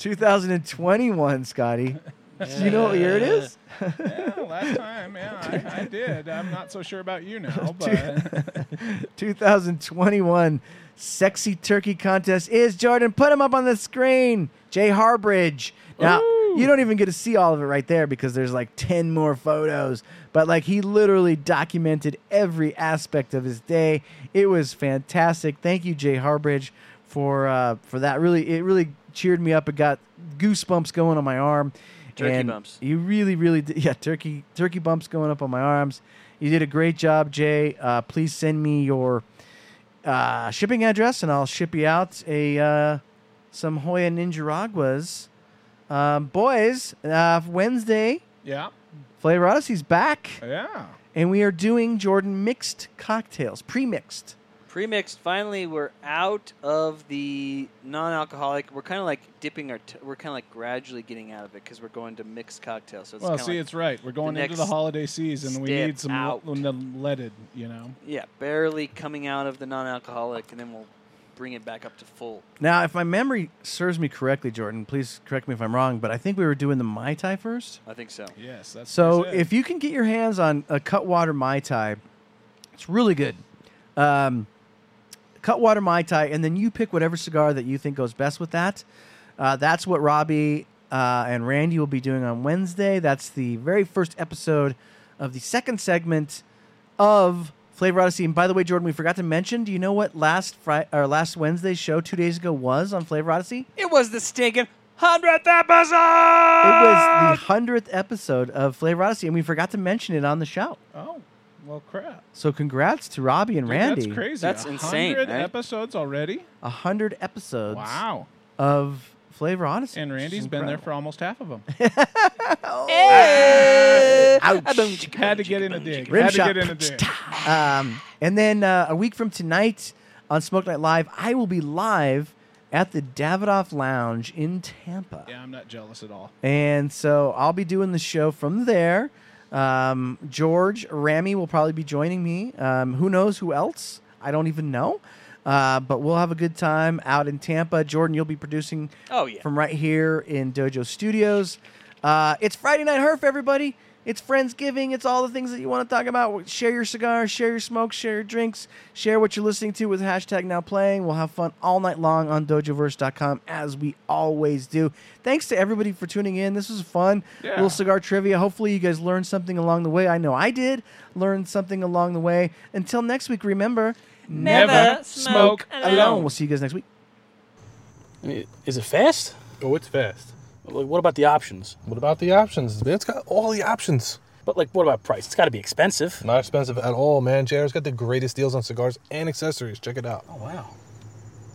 2021, Scotty. Do you know what year it is?
Yeah, last time, yeah, I, I did. I'm not so sure about you now, but
2021 Sexy Turkey Contest is Jordan. Put him up on the screen. Jay Harbridge. Now, you don't even get to see all of it right there because there's like 10 more photos. But like he literally documented every aspect of his day. It was fantastic. Thank you, Jay Harbridge, for uh, for that. Really, it really cheered me up. It got goosebumps going on my arm.
Turkey
And
bumps.
you really, really did. Yeah, turkey, turkey bumps going up on my arms. You did a great job, Jay. Uh, please send me your uh, shipping address, and I'll ship you out a uh, some Hoya Ninjaraguas. Um, boys, uh, Wednesday,
yeah,
Flavor Odyssey's back,
yeah.
and we are doing Jordan mixed cocktails, pre-mixed.
Premixed. Finally, we're out of the non-alcoholic. We're kind of like dipping our. T- we're kind of like gradually getting out of it because we're going to mixed cocktails. So it's
well,
kinda
see,
like-
it's right. We're going into the
next
holiday season. We
step
need some
out.
le- the leaded, you know.
yeah, barely coming out of the non-alcoholic, and then we'll bring it back up to full.
Now, if my memory serves me correctly, Jordan, please correct me if I'm wrong, but I think we were doing the Mai Tai first.
I think so.
Yes, that's
So
what I said.
if you can get your hands on a Cutwater Mai Tai, it's really good. Um, Cutwater Mai Tai, and then you pick whatever cigar that you think goes best with that. Uh, that's what Robbie uh, and Randy will be doing on Wednesday. That's the very first episode of the second segment of Flavor Odyssey. And by the way, Jordan, we forgot to mention. Do you know what last Friday or last Wednesday's show two days ago was on Flavor Odyssey?
It was the stinking hundredth episode.
It was the hundredth episode of Flavor Odyssey, and we forgot to mention it on the show.
oh, well, crap.
So congrats to Robbie and
Dude,
Randy.
That's crazy.
That's insane,
100
right?
episodes already?
A hundred episodes
Wow.
of Flavor Odyssey.
And Randy's
Randy's
been there for almost half of them.
Oh.
Had to get in a dig.
Rim
Had to
shot.
get in a dig.
Um, and then uh, a week from tonight on Smoke Night Live, I will be live at the Davidoff Lounge in Tampa.
Yeah, I'm not jealous at all.
And so I'll be doing the show from there. Um, George Ramy will probably be joining me. Um, who knows who else? I don't even know. Uh, but we'll have a good time out in Tampa. Jordan, you'll be producing
Oh yeah.
from right here in Dojo Studios. Uh, it's Friday Night Herf, everybody. It's Friendsgiving. It's all the things that you want to talk about. Share your cigars, share your smokes, share your drinks, share what you're listening to with hashtag now playing. We'll have fun all night long on dojoverse.com as we always do. Thanks to everybody for tuning in. This was fun.
Yeah.
Little cigar trivia. Hopefully, you guys learned something along the way. I know I did learn something along the way. Until next week, remember
Never smoke alone.
We'll see you guys next week.
I mean, is it fast?
Oh, it's fast.
Like, what about the options?
What about the options? Man, it's got all the options.
But like, what about price? It's got to be expensive.
Not expensive at all, man. JR's got the greatest deals on cigars and accessories. Check it out.
Oh wow!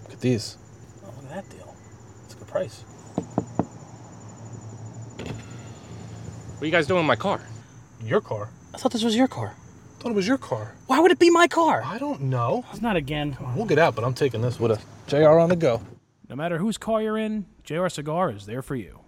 Look at these.
Oh, look at that deal. It's a good price.
What are you guys doing in my car?
Your car?
I thought this was your car.
Thought it was your car.
Why would it be my car?
I don't know.
It's not again.
We'll get out, but I'm taking this with us. JR on the go.
No matter whose car you're in, JR Cigar is there for you.